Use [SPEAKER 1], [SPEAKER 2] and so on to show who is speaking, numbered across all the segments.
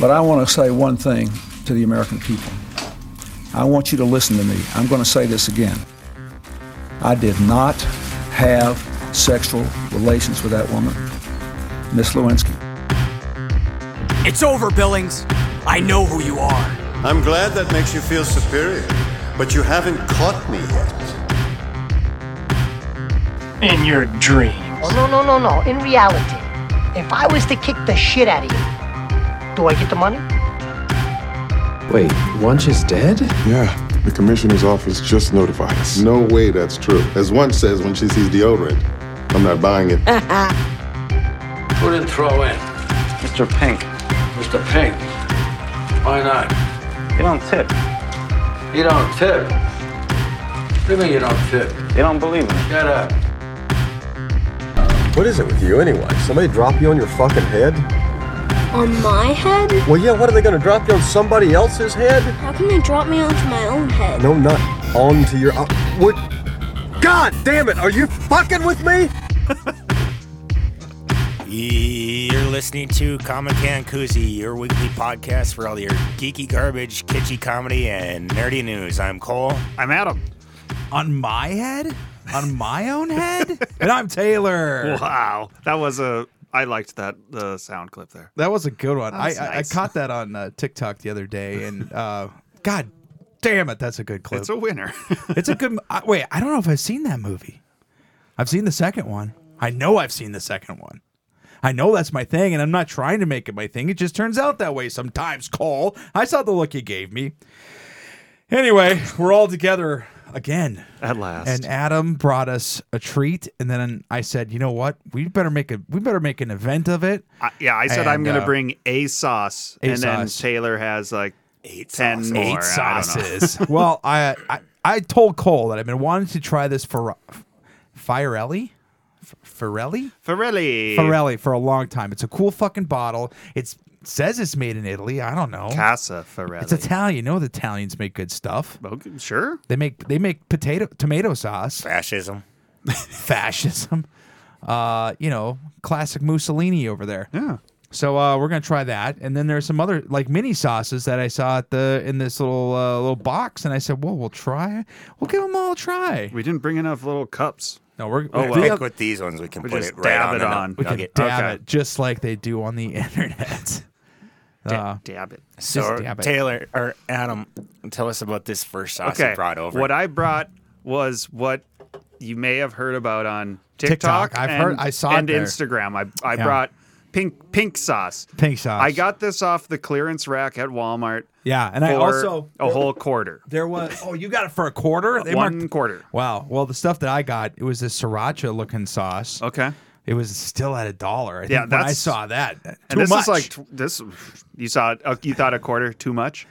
[SPEAKER 1] But I want to say one thing to the American people. I want you to listen to me. I'm going to say this again. I did not have sexual relations with that woman, Miss Lewinsky.
[SPEAKER 2] It's over, Billings. I know who you are.
[SPEAKER 3] I'm glad that makes you feel superior, but you haven't caught me yet.
[SPEAKER 2] In your dream.
[SPEAKER 4] Oh, no, no, no, no. In reality, if I was to kick the shit out of you, do I get the money?
[SPEAKER 5] Wait, Wunsch is dead?
[SPEAKER 6] Yeah, the commissioner's office just notified us.
[SPEAKER 3] No way that's true. As one says when she sees deodorant, I'm not buying it.
[SPEAKER 7] Who didn't throw in? Mr. Pink. Mr. Pink. Why not?
[SPEAKER 8] They don't tip.
[SPEAKER 7] You don't tip. What do you mean you don't tip?
[SPEAKER 8] They don't believe in it.
[SPEAKER 7] Shut up.
[SPEAKER 9] What is it with you anyway? Somebody drop you on your fucking head?
[SPEAKER 10] On my head?
[SPEAKER 9] Well, yeah, what are they gonna drop you on somebody else's head?
[SPEAKER 10] How can they drop me onto my own head?
[SPEAKER 9] No, not onto your. Uh, what? God damn it! Are you fucking with me?
[SPEAKER 11] You're listening to Comic Can Koozie, your weekly podcast for all your geeky garbage, kitschy comedy, and nerdy news. I'm Cole.
[SPEAKER 12] I'm Adam.
[SPEAKER 2] On my head? On my own head? and I'm Taylor.
[SPEAKER 12] Wow, that was a. I liked that the sound clip there.
[SPEAKER 13] That was a good one. I,
[SPEAKER 12] was
[SPEAKER 13] I, I
[SPEAKER 12] nice.
[SPEAKER 13] caught that on uh, TikTok the other day, and uh, God damn it, that's a good clip.
[SPEAKER 12] It's a winner.
[SPEAKER 13] It's a good. m- I, wait, I don't know if I've seen that movie. I've seen the second one. I know I've seen the second one. I know that's my thing, and I'm not trying to make it my thing. It just turns out that way sometimes. Cole, I saw the look you gave me. Anyway, we're all together again.
[SPEAKER 12] At last.
[SPEAKER 13] And Adam brought us a treat, and then I said, "You know what? We better make a we better make an event of it."
[SPEAKER 12] I, yeah, I said I'm
[SPEAKER 13] And,
[SPEAKER 12] gonna
[SPEAKER 13] uh,
[SPEAKER 12] bring a sauce,
[SPEAKER 13] a
[SPEAKER 12] and then
[SPEAKER 13] sauce.
[SPEAKER 12] Taylor has like eight ten
[SPEAKER 11] sauces.
[SPEAKER 13] eight
[SPEAKER 12] more. I don't know.
[SPEAKER 13] sauces. well, I, I I told Cole that I've been wanting to try this for Firelli. F- Firelli?
[SPEAKER 12] Ferrelli.
[SPEAKER 13] Firelli for a long time. It's a cool fucking bottle. It's, it says it's made in Italy. I don't know.
[SPEAKER 12] Casa Ferrelli.
[SPEAKER 13] It's Italian. You know the Italians make good stuff.
[SPEAKER 12] Okay, sure.
[SPEAKER 13] They make they make potato tomato sauce.
[SPEAKER 11] Fascism.
[SPEAKER 13] Fascism. Uh, you know, classic Mussolini over there.
[SPEAKER 12] Yeah.
[SPEAKER 13] So uh, we're gonna try that, and then there's some other like mini sauces that I saw at the in this little uh, little box, and I said, "Well, we'll try. We'll give them all a try."
[SPEAKER 12] We didn't bring enough little cups.
[SPEAKER 13] No, we're
[SPEAKER 12] Oh,
[SPEAKER 13] we-
[SPEAKER 12] well.
[SPEAKER 13] we-
[SPEAKER 11] Pick with these ones. We can
[SPEAKER 12] We
[SPEAKER 11] put
[SPEAKER 12] just
[SPEAKER 11] it right
[SPEAKER 12] dab
[SPEAKER 11] on
[SPEAKER 12] it
[SPEAKER 11] the nu-
[SPEAKER 12] on.
[SPEAKER 13] we can
[SPEAKER 11] nugget.
[SPEAKER 13] dab
[SPEAKER 12] Okay.
[SPEAKER 13] it just like they do on the internet. Uh,
[SPEAKER 12] Da- dab it.
[SPEAKER 11] So,
[SPEAKER 13] dab it.
[SPEAKER 11] Taylor or Adam, tell us about this first sauce
[SPEAKER 12] okay.
[SPEAKER 11] you brought over.
[SPEAKER 12] What I brought was what you may have heard about on TikTok.
[SPEAKER 13] TikTok. I've
[SPEAKER 12] and,
[SPEAKER 13] heard- I saw it
[SPEAKER 12] and
[SPEAKER 13] there.
[SPEAKER 12] Instagram. I I
[SPEAKER 13] Yeah.
[SPEAKER 12] brought pink pink sauce.
[SPEAKER 13] Pink sauce.
[SPEAKER 12] I got this off the clearance rack at Walmart.
[SPEAKER 13] Yeah, and I
[SPEAKER 12] for
[SPEAKER 13] also-
[SPEAKER 12] a whole quarter.
[SPEAKER 13] There was oh, you got it for a quarter.
[SPEAKER 12] One quarter.
[SPEAKER 13] Wow. Well, the stuff that I got it was this sriracha looking sauce.
[SPEAKER 12] Okay.
[SPEAKER 13] It was still at a dollar. I think
[SPEAKER 12] Yeah,
[SPEAKER 13] when I
[SPEAKER 12] that's-
[SPEAKER 13] saw that. Too
[SPEAKER 12] And this
[SPEAKER 13] much.
[SPEAKER 12] is like tw- this. You saw it, uh, you thought a quarter too much.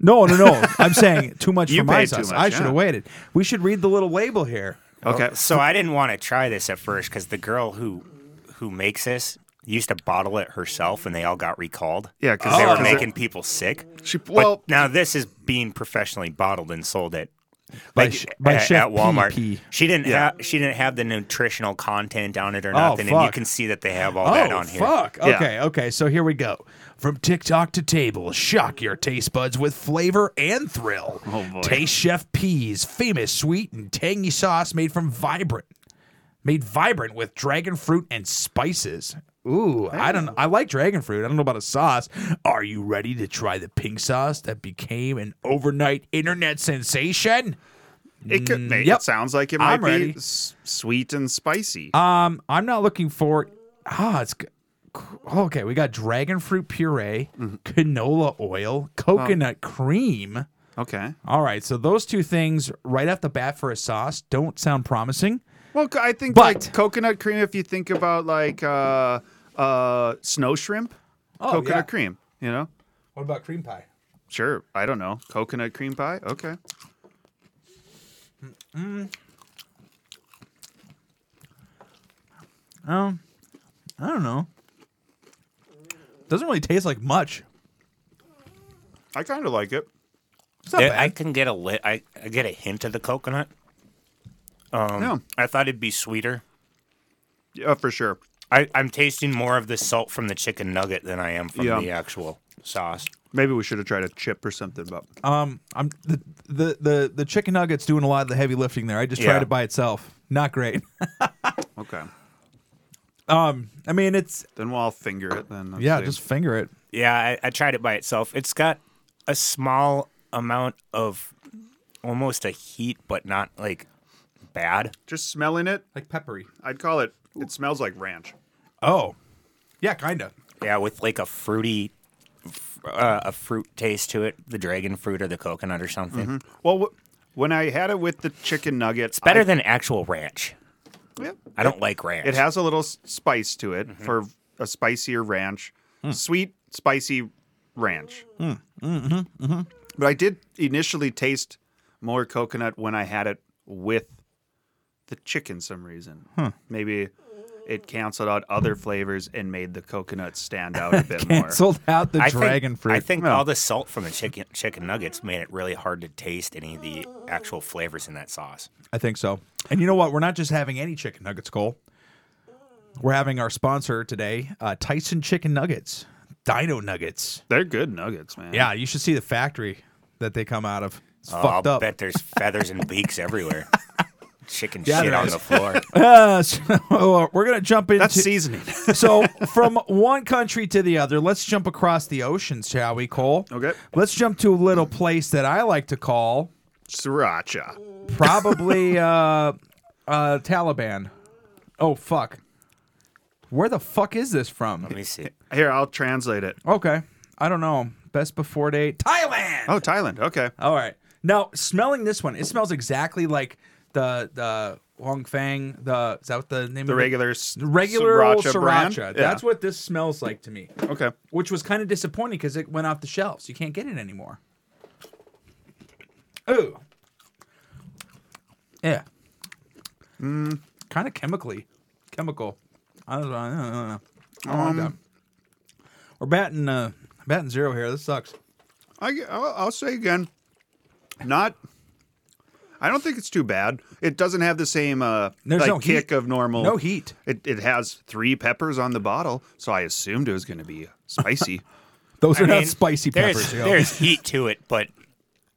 [SPEAKER 13] no, no, no. I'm saying too much
[SPEAKER 12] You
[SPEAKER 13] for my
[SPEAKER 12] paid too
[SPEAKER 13] sauce.
[SPEAKER 12] much,
[SPEAKER 13] I should
[SPEAKER 12] yeah.
[SPEAKER 13] have waited. We should read the little label here.
[SPEAKER 12] Okay.
[SPEAKER 11] so I didn't want to try this at first because the girl who who makes this used to bottle it herself, and they all got recalled.
[SPEAKER 12] Yeah, 'cause
[SPEAKER 11] because they
[SPEAKER 12] Oh.
[SPEAKER 11] were
[SPEAKER 12] 'cause it-
[SPEAKER 11] making people sick.
[SPEAKER 12] She-
[SPEAKER 11] But
[SPEAKER 12] well-
[SPEAKER 11] now this is being professionally bottled and sold at.
[SPEAKER 13] By
[SPEAKER 11] like,
[SPEAKER 13] Sh- by
[SPEAKER 11] at,
[SPEAKER 13] Chef
[SPEAKER 11] at Walmart,
[SPEAKER 13] PP.
[SPEAKER 11] she didn't
[SPEAKER 12] Yeah.
[SPEAKER 11] have she didn't have the nutritional content on it or
[SPEAKER 13] Oh,
[SPEAKER 11] nothing, and you
[SPEAKER 13] fuck.
[SPEAKER 11] can see that they have all that on here.
[SPEAKER 13] Oh, fuck.
[SPEAKER 12] Yeah.
[SPEAKER 13] Okay, okay. So here we go. From TikTok to table, shock your taste buds with flavor and thrill.
[SPEAKER 12] Oh, boy.
[SPEAKER 13] Taste Chef P's famous sweet and tangy sauce made from vibrant, made vibrant with dragon fruit and spices. Ooh, I don't. I like dragon fruit. I don't know about a sauce. Are you ready to try the pink sauce that became an overnight internet sensation?
[SPEAKER 12] It could. make
[SPEAKER 13] yep.
[SPEAKER 12] It sounds like it might
[SPEAKER 13] I'm
[SPEAKER 12] be
[SPEAKER 13] ready.
[SPEAKER 12] s- sweet and spicy.
[SPEAKER 13] Um, I'm not looking for. Ah, it's g- oh, okay. We got dragon fruit puree,
[SPEAKER 11] Mm-hmm.
[SPEAKER 13] canola oil, coconut cream.
[SPEAKER 12] okay.
[SPEAKER 13] All right, so those two things right off the bat for a sauce don't sound promising.
[SPEAKER 12] Well, c- I think like
[SPEAKER 13] But-
[SPEAKER 12] coconut cream. If you think about like uh, uh, snow shrimp,
[SPEAKER 13] Oh,
[SPEAKER 12] coconut
[SPEAKER 13] yeah.
[SPEAKER 12] cream. You know,
[SPEAKER 13] What about cream pie?
[SPEAKER 12] sure. I don't know coconut cream pie. Okay.
[SPEAKER 13] Mm-hmm. Um, I don't know. Doesn't really taste like much.
[SPEAKER 12] I kind of like it.
[SPEAKER 13] It's not
[SPEAKER 11] Yeah,
[SPEAKER 13] bad.
[SPEAKER 11] I can get a li- I, I get a hint of the coconut. Um,
[SPEAKER 12] No,
[SPEAKER 11] I thought it'd be sweeter.
[SPEAKER 12] yeah, for sure.
[SPEAKER 11] I, I'm tasting more of the salt from the chicken nugget than I am from
[SPEAKER 12] Yeah.
[SPEAKER 11] the actual sauce.
[SPEAKER 12] Maybe we should have tried a chip or something, but
[SPEAKER 13] Um, I'm the, the the the chicken nuggets doing a lot of the heavy lifting there. I just
[SPEAKER 12] Yeah.
[SPEAKER 13] tried it by itself. Not great.
[SPEAKER 12] okay.
[SPEAKER 13] Um, I mean, it's
[SPEAKER 12] then we'll all finger it. Then let's
[SPEAKER 13] yeah,
[SPEAKER 12] see.
[SPEAKER 13] just finger it.
[SPEAKER 11] Yeah, I, I tried it by itself. It's got a small amount of almost a heat, but not like bad.
[SPEAKER 12] just smelling it,
[SPEAKER 13] like peppery.
[SPEAKER 12] I'd call it. It smells like ranch.
[SPEAKER 13] Oh, yeah, kind of.
[SPEAKER 11] Yeah, with like a fruity, f- uh, a fruit taste to it, the dragon fruit or the coconut or something.
[SPEAKER 12] Mhm. Well, wh- when I had it with the chicken nugget, it's
[SPEAKER 11] Better than actual ranch. I don't like ranch.
[SPEAKER 12] It has a little s- spice to it
[SPEAKER 13] Mm-hmm.
[SPEAKER 12] for a spicier ranch,
[SPEAKER 13] Hmm.
[SPEAKER 12] sweet, spicy ranch.
[SPEAKER 13] Mm, mm-hmm, mm-hmm.
[SPEAKER 12] But I did initially taste more coconut when I had it with the chicken. Some reason,
[SPEAKER 13] Huh.
[SPEAKER 12] maybe it canceled out other flavors and made the coconut stand out a bit more.
[SPEAKER 13] Canceled out the
[SPEAKER 11] I
[SPEAKER 13] dragon
[SPEAKER 11] think,
[SPEAKER 13] fruit.
[SPEAKER 11] I think
[SPEAKER 13] No.
[SPEAKER 11] all the salt from the chicken chicken nuggets made it really hard to taste any of the actual flavors in that sauce.
[SPEAKER 13] I think so. And you know what? We're not just having any chicken nuggets, Cole. We're having our sponsor today, uh, Tyson Chicken Nuggets, Dino Nuggets.
[SPEAKER 12] They're good nuggets, man.
[SPEAKER 13] Yeah, you should see the factory that they come out of. It's
[SPEAKER 11] Mm. Oh,
[SPEAKER 13] fucked
[SPEAKER 11] I'll
[SPEAKER 13] up.
[SPEAKER 11] bet there's feathers and beaks everywhere. Chicken
[SPEAKER 13] Yeah,
[SPEAKER 11] shit
[SPEAKER 13] there
[SPEAKER 11] on
[SPEAKER 13] is.
[SPEAKER 11] the floor.
[SPEAKER 13] Uh, so we're gonna jump into
[SPEAKER 11] That's seasoning.
[SPEAKER 13] so from one country to the other, let's jump across the oceans, shall we, Cole? Okay. Let's jump to a little place that I like to call
[SPEAKER 12] sriracha.
[SPEAKER 13] Probably uh, uh, Taliban. Oh fuck. Where the fuck is this from? Let
[SPEAKER 11] me see.
[SPEAKER 12] Here, I'll translate it.
[SPEAKER 13] Okay. I don't know. Best before date. Thailand.
[SPEAKER 12] Oh, Thailand. Okay.
[SPEAKER 13] All right. Now, smelling this one, it smells exactly like the the Huang Fang. The is that what the name?
[SPEAKER 12] The
[SPEAKER 13] of
[SPEAKER 12] regular s-
[SPEAKER 13] it? Uh, regular old
[SPEAKER 12] sriracha
[SPEAKER 13] sriracha.
[SPEAKER 12] brand? Yeah.
[SPEAKER 13] That's what this smells like to me.
[SPEAKER 12] Okay.
[SPEAKER 13] Which was kind of disappointing because it went off the shelves. You can't get it anymore. Ooh. Yeah. Mm. Kind of chemically, chemical. I don't know. I don't know. I don't like
[SPEAKER 12] Um,
[SPEAKER 13] that. We're batting uh batting zero here. This sucks.
[SPEAKER 12] I, will I'll say again, not. I don't think it's too bad. It doesn't have the same uh,
[SPEAKER 13] There's
[SPEAKER 12] like
[SPEAKER 13] no heat.
[SPEAKER 12] kick of normal.
[SPEAKER 13] No heat.
[SPEAKER 12] It, it has three peppers on the bottle, so I assumed it was going to be spicy.
[SPEAKER 13] Those
[SPEAKER 11] I
[SPEAKER 13] are not
[SPEAKER 11] mean,
[SPEAKER 13] spicy
[SPEAKER 11] there's-
[SPEAKER 13] peppers. Hmm. yo.
[SPEAKER 11] There's heat to it, but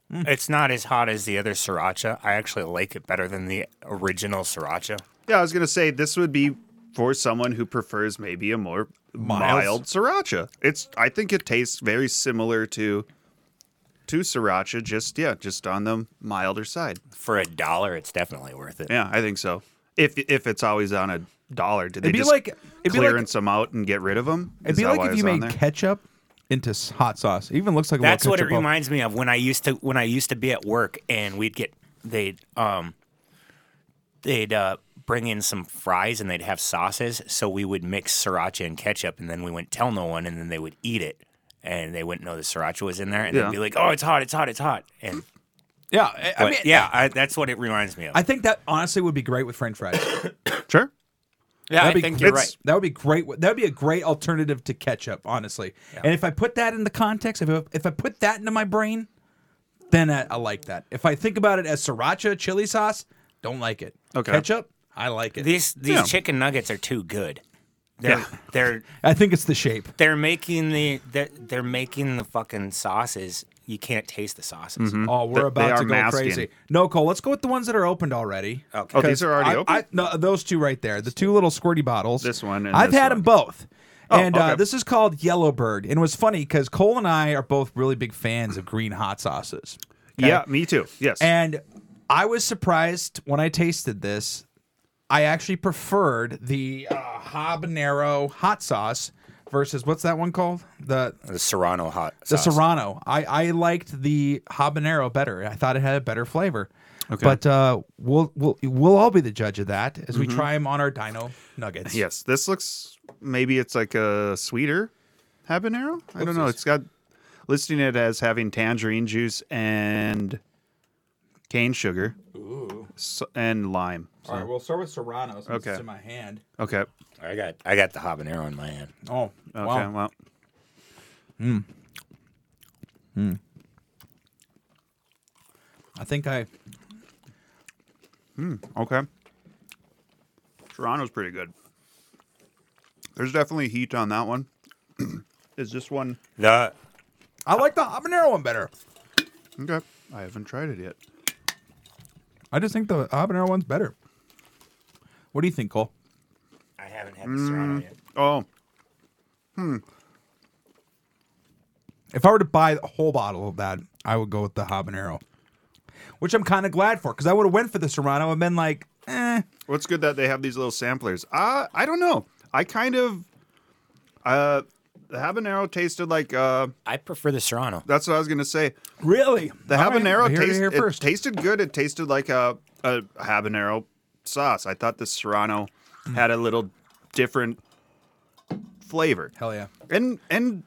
[SPEAKER 11] it's not as hot as the other sriracha. I actually like it better than the original sriracha.
[SPEAKER 12] yeah, I was going to say this would be for someone who prefers maybe a more mild sriracha. It's I think it tastes very similar to to sriracha, just yeah, just on the milder side.
[SPEAKER 11] For a dollar, it's definitely worth it.
[SPEAKER 12] Yeah, I think so. If if it's always on a dollar, do they
[SPEAKER 13] It'd be
[SPEAKER 12] just
[SPEAKER 13] like-
[SPEAKER 12] like,
[SPEAKER 13] it'd be like-
[SPEAKER 12] clearance them out and get rid of them?
[SPEAKER 13] It'd be like if you made ketchup into s- hot sauce. It even looks like a
[SPEAKER 11] That's
[SPEAKER 13] little
[SPEAKER 11] what it
[SPEAKER 13] ketchup bubble.
[SPEAKER 11] reminds me of when I used to when I used to be at work and we'd get they'd um they'd uh bring in some fries and they'd have sauces so we would mix sriracha and ketchup and then we wouldn't tell no one and then they would eat it and they wouldn't know the sriracha was in there and
[SPEAKER 13] Yeah.
[SPEAKER 11] they'd be like oh it's hot it's hot it's hot and
[SPEAKER 13] Yeah, I, I
[SPEAKER 11] but
[SPEAKER 13] mean,
[SPEAKER 11] yeah I, that's what it reminds me of
[SPEAKER 13] I think that honestly would be great with French fries.
[SPEAKER 12] sure.
[SPEAKER 11] yeah I
[SPEAKER 13] That'd be-
[SPEAKER 11] think you're
[SPEAKER 13] it's-
[SPEAKER 11] right
[SPEAKER 13] That would be great. That would be a great alternative to ketchup, honestly. And if I put that in the context, if I, if I put that into my brain, then I, I like that. If I think about it as sriracha chili sauce, don't like it.
[SPEAKER 11] Okay.
[SPEAKER 13] Ketchup, I like it.
[SPEAKER 11] these these
[SPEAKER 13] Yeah.
[SPEAKER 11] chicken nuggets are too good they're
[SPEAKER 13] Yeah.
[SPEAKER 11] they're
[SPEAKER 13] I think it's the shape.
[SPEAKER 11] they're making the they're, they're making the fucking sauces you can't taste the sauces
[SPEAKER 13] Oh, we're about to go crazy. No, Cole, let's go with the ones that are opened already.
[SPEAKER 11] Okay. Oh, these
[SPEAKER 13] Because
[SPEAKER 11] are already
[SPEAKER 13] I-
[SPEAKER 11] open?
[SPEAKER 13] I- no, those two right there, the two little squirty bottles. This
[SPEAKER 12] one.
[SPEAKER 13] I've
[SPEAKER 12] this
[SPEAKER 13] had
[SPEAKER 12] one.
[SPEAKER 13] them both.
[SPEAKER 12] Oh,
[SPEAKER 13] and uh,
[SPEAKER 12] okay.
[SPEAKER 13] this is called Yellowbird. And it was funny because Cole and I are both really big fans of green hot sauces. Okay?
[SPEAKER 12] Yeah, me too. Yes.
[SPEAKER 13] And I was surprised when I tasted this. I actually preferred the uh, habanero hot sauce versus what's that one called? The
[SPEAKER 11] the serrano hot
[SPEAKER 13] the
[SPEAKER 11] sauce.
[SPEAKER 13] serrano. I, I liked the habanero better. I thought it had a better flavor.
[SPEAKER 12] Okay.
[SPEAKER 13] But uh, we'll we'll we'll all be the judge of that as we
[SPEAKER 12] Mhm.
[SPEAKER 13] try them on our dino nuggets.
[SPEAKER 12] Yes, this looks maybe it's like a sweeter habanero. I don't know. It's got listing it as having tangerine juice and cane sugar
[SPEAKER 13] Ooh.
[SPEAKER 12] so, and lime.
[SPEAKER 13] All right, we'll start with serrano. Since
[SPEAKER 12] Okay.
[SPEAKER 13] It's in my hand.
[SPEAKER 12] Okay.
[SPEAKER 11] I got I got the habanero in my hand.
[SPEAKER 13] Oh,
[SPEAKER 12] Okay.
[SPEAKER 13] wow.
[SPEAKER 12] Well,
[SPEAKER 13] I think I.
[SPEAKER 12] Hmm, okay. Toronto's pretty good. There's definitely heat on that one. Is this one
[SPEAKER 11] The
[SPEAKER 13] I like the habanero one better.
[SPEAKER 12] Okay. I haven't tried it yet.
[SPEAKER 13] I just think the habanero one's better. What do you think, Cole?
[SPEAKER 11] I haven't had the serrano yet.
[SPEAKER 12] Oh. Hmm.
[SPEAKER 13] If I were to buy a whole bottle of that, I would go with the habanero, which I'm kind of glad for because I would have went for the serrano and been like, eh.
[SPEAKER 12] What's good that they have these little samplers? Uh, I don't know. I kind of. Uh, the habanero tasted like. Uh,
[SPEAKER 11] I prefer the serrano.
[SPEAKER 12] That's what I was gonna say.
[SPEAKER 13] Really,
[SPEAKER 12] the
[SPEAKER 13] All right, I
[SPEAKER 12] habanero
[SPEAKER 13] heard it
[SPEAKER 12] taste-
[SPEAKER 13] here
[SPEAKER 12] it
[SPEAKER 13] first.
[SPEAKER 12] tasted good. It tasted like a, a habanero sauce. I thought the serrano had a little different flavor.
[SPEAKER 13] Hell yeah.
[SPEAKER 12] And and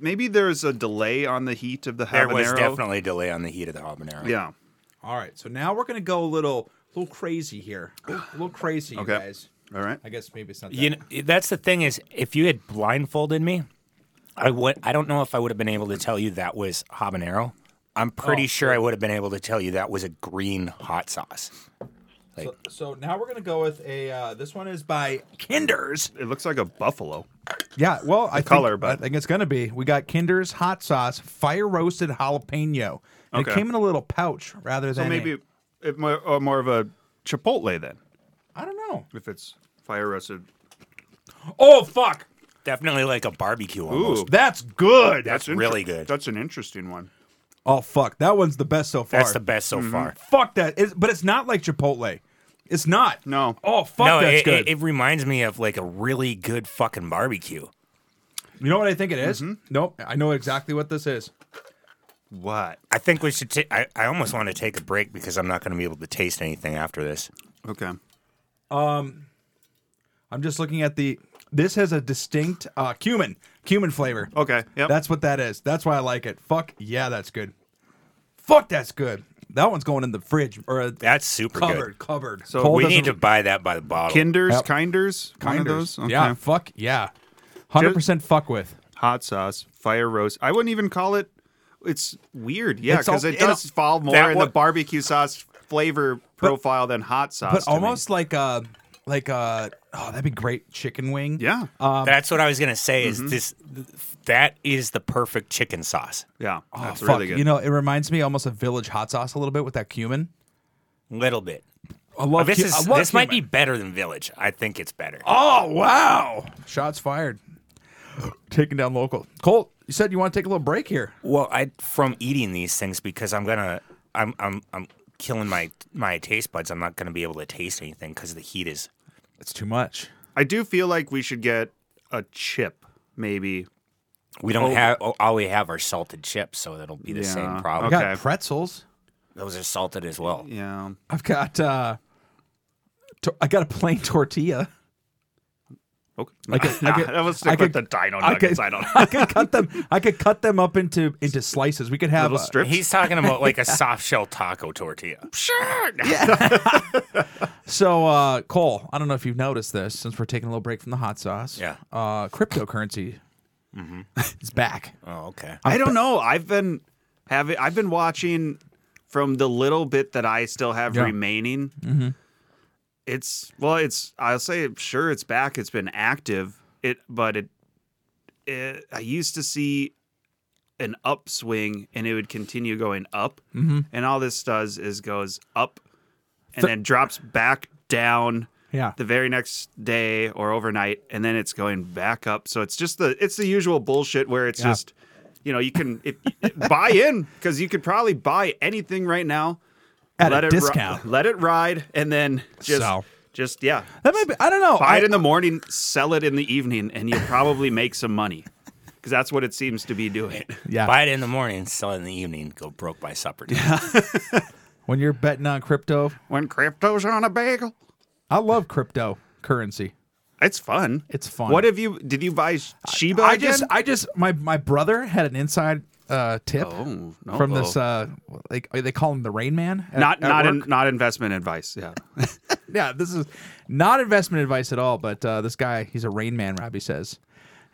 [SPEAKER 12] maybe there's a delay on the heat of the habanero.
[SPEAKER 11] There was definitely delay on the heat of the habanero.
[SPEAKER 12] Yeah.
[SPEAKER 13] All right, so now we're gonna go a little, a little crazy here, a little, a little crazy, you
[SPEAKER 11] Okay.
[SPEAKER 13] guys.
[SPEAKER 12] All right.
[SPEAKER 13] I guess maybe it's not. That.
[SPEAKER 11] You know, that's the thing is, if you had blindfolded me, I would. I don't know if I would have been able to tell you that was habanero. I'm pretty
[SPEAKER 13] Oh,
[SPEAKER 11] sure I would have been able to tell you that was a green hot sauce. Like,
[SPEAKER 13] so, so now we're gonna go with a. Uh, this one is by Kinders.
[SPEAKER 12] It looks like a buffalo.
[SPEAKER 13] Yeah, well, I
[SPEAKER 12] color,
[SPEAKER 13] think,
[SPEAKER 12] but-
[SPEAKER 13] I think it's gonna be. We got Kinders hot sauce, fire roasted jalapeno. And It
[SPEAKER 12] Okay.
[SPEAKER 13] came in a little pouch rather
[SPEAKER 12] So
[SPEAKER 13] than a-
[SPEAKER 12] maybe it more, or more of a chipotle then,
[SPEAKER 13] I don't know.
[SPEAKER 12] if it's fire roasted.
[SPEAKER 13] Oh fuck!
[SPEAKER 11] Definitely like a barbecue
[SPEAKER 12] Ooh,
[SPEAKER 11] almost.
[SPEAKER 13] That's good.
[SPEAKER 11] That's
[SPEAKER 12] inter-
[SPEAKER 11] really good.
[SPEAKER 12] That's an interesting one.
[SPEAKER 13] Oh fuck! That one's the best so far. Mm-hmm.
[SPEAKER 11] That's the best so far.
[SPEAKER 13] Fuck that! It's, but it's not like Chipotle. It's not.
[SPEAKER 12] No.
[SPEAKER 13] Oh fuck!
[SPEAKER 11] no,
[SPEAKER 13] that's
[SPEAKER 11] it,
[SPEAKER 13] good.
[SPEAKER 11] It, it reminds me of like a really good fucking barbecue.
[SPEAKER 13] you know what I think it is? Nope. I know exactly what this is.
[SPEAKER 12] What?
[SPEAKER 11] I think we should. ta- I I almost want to take a break because I'm not going to be able to taste anything after this.
[SPEAKER 12] Okay.
[SPEAKER 13] Um, I'm just looking at the. This has a distinct uh, cumin cumin flavor.
[SPEAKER 12] Okay. Oh, Yep.
[SPEAKER 13] That's what that is. That's why I like it. Fuck yeah, that's good. Fuck that's good. That one's going in the fridge or uh,
[SPEAKER 11] That's super good.
[SPEAKER 13] cupboard. Cupboard.
[SPEAKER 12] So
[SPEAKER 13] Cole
[SPEAKER 11] we
[SPEAKER 13] doesn't-
[SPEAKER 11] need to buy that by the bottle.
[SPEAKER 12] Kinders,
[SPEAKER 13] Yep.
[SPEAKER 12] kinders, one of
[SPEAKER 13] Kinders.
[SPEAKER 12] those. Okay.
[SPEAKER 13] Yeah. Fuck yeah. Hundred percent. Fuck with.
[SPEAKER 12] Hot sauce, fire roast. I wouldn't even call it. It's weird. Yeah,
[SPEAKER 13] It's all-
[SPEAKER 12] because it
[SPEAKER 13] it-
[SPEAKER 12] does fall more
[SPEAKER 11] that
[SPEAKER 12] in the
[SPEAKER 11] one-
[SPEAKER 12] barbecue sauce profile profile than hot sauce.
[SPEAKER 13] But
[SPEAKER 12] to me.
[SPEAKER 13] almost like a like a oh that'd be great chicken wing.
[SPEAKER 12] Yeah.
[SPEAKER 13] Um, mm-hmm.
[SPEAKER 11] That's what I was going to say. Is this? That is the perfect chicken sauce.
[SPEAKER 12] Yeah.
[SPEAKER 13] oh,
[SPEAKER 12] that's
[SPEAKER 13] fuck.
[SPEAKER 12] really good.
[SPEAKER 13] You know, it reminds me almost of village hot sauce a little bit with that cumin.
[SPEAKER 11] Little bit.
[SPEAKER 13] I love
[SPEAKER 11] Oh, this
[SPEAKER 13] cu-
[SPEAKER 11] is
[SPEAKER 13] I
[SPEAKER 12] uh,
[SPEAKER 11] this
[SPEAKER 13] love
[SPEAKER 11] might be
[SPEAKER 13] cumin.
[SPEAKER 11] better than Village. I think it's better.
[SPEAKER 13] Oh wow! Shots fired. Taking down local. Colt, you said you want to take a little break here.
[SPEAKER 11] Well, I from eating these things because I'm gonna I'm I'm I'm killing my my taste buds. I'm not gonna be able to taste anything because the heat is.
[SPEAKER 13] It's too much.
[SPEAKER 12] I do feel like we should get a chip, maybe.
[SPEAKER 11] We don't have all we have are salted chips, so that'll be the
[SPEAKER 12] Oh. Yeah.
[SPEAKER 11] same
[SPEAKER 13] I've
[SPEAKER 11] problem.
[SPEAKER 12] Okay.
[SPEAKER 13] got pretzels.
[SPEAKER 11] Those are salted as well.
[SPEAKER 12] Yeah.
[SPEAKER 13] I've got uh, to- I got a plain tortilla.
[SPEAKER 12] Okay.
[SPEAKER 13] I could- I
[SPEAKER 12] nah,
[SPEAKER 13] could-
[SPEAKER 12] I will stick
[SPEAKER 13] I could-
[SPEAKER 12] with the dino
[SPEAKER 13] I
[SPEAKER 12] nuggets.
[SPEAKER 13] could-
[SPEAKER 12] I don't know.
[SPEAKER 13] I could cut them. I could cut them up into into slices. We could have uh,
[SPEAKER 12] Little
[SPEAKER 13] a-
[SPEAKER 12] strips.
[SPEAKER 11] He's talking about like a soft shell taco tortilla.
[SPEAKER 13] So, uh, Cole, I don't know if you've noticed this since we're taking a little break from the hot sauce.
[SPEAKER 11] Yeah.
[SPEAKER 13] Uh, cryptocurrency
[SPEAKER 12] Mm-hmm.
[SPEAKER 13] is back.
[SPEAKER 11] Oh, okay.
[SPEAKER 12] I don't know. I've been having. I've been watching from the little bit that I still have
[SPEAKER 13] Yeah.
[SPEAKER 12] remaining. It's well. It's. I'll say. Sure, it's back. It's been active. It. But it. it I used to see an upswing, and it would continue going up.
[SPEAKER 13] Mm-hmm.
[SPEAKER 12] And all this does is goes up, and then drops back down
[SPEAKER 13] Yeah.
[SPEAKER 12] the very next day or overnight and then it's going back up so it's just the it's the usual bullshit where it's
[SPEAKER 13] Yeah.
[SPEAKER 12] just you know you can if, buy in because you could probably buy anything right now
[SPEAKER 13] At a
[SPEAKER 12] let it ri-
[SPEAKER 13] discount.
[SPEAKER 12] let it ride and then just
[SPEAKER 13] So.
[SPEAKER 12] just yeah
[SPEAKER 13] That might be. I don't know.
[SPEAKER 12] buy
[SPEAKER 13] I,
[SPEAKER 12] it in the morning sell it in the evening and you'll probably make some money because that's what it seems to be doing
[SPEAKER 13] yeah.
[SPEAKER 11] Buy it in the morning, sell it in the evening, go broke by supper. time.
[SPEAKER 13] When you're betting on crypto,
[SPEAKER 12] when crypto's on a bagel
[SPEAKER 13] I love cryptocurrency.
[SPEAKER 12] it's fun
[SPEAKER 13] It's fun.
[SPEAKER 12] what have you did you buy shiba
[SPEAKER 13] I
[SPEAKER 12] again?
[SPEAKER 13] just, I just, my my brother had an inside uh, tip
[SPEAKER 12] Oh, no.
[SPEAKER 13] from this. Uh, like they call him the Rain Man. at-
[SPEAKER 12] not
[SPEAKER 13] at
[SPEAKER 12] not in,
[SPEAKER 13] work.
[SPEAKER 12] not investment advice yeah
[SPEAKER 13] yeah, this is not investment advice at all. But uh, this guy, he's a rain man, Robbie says,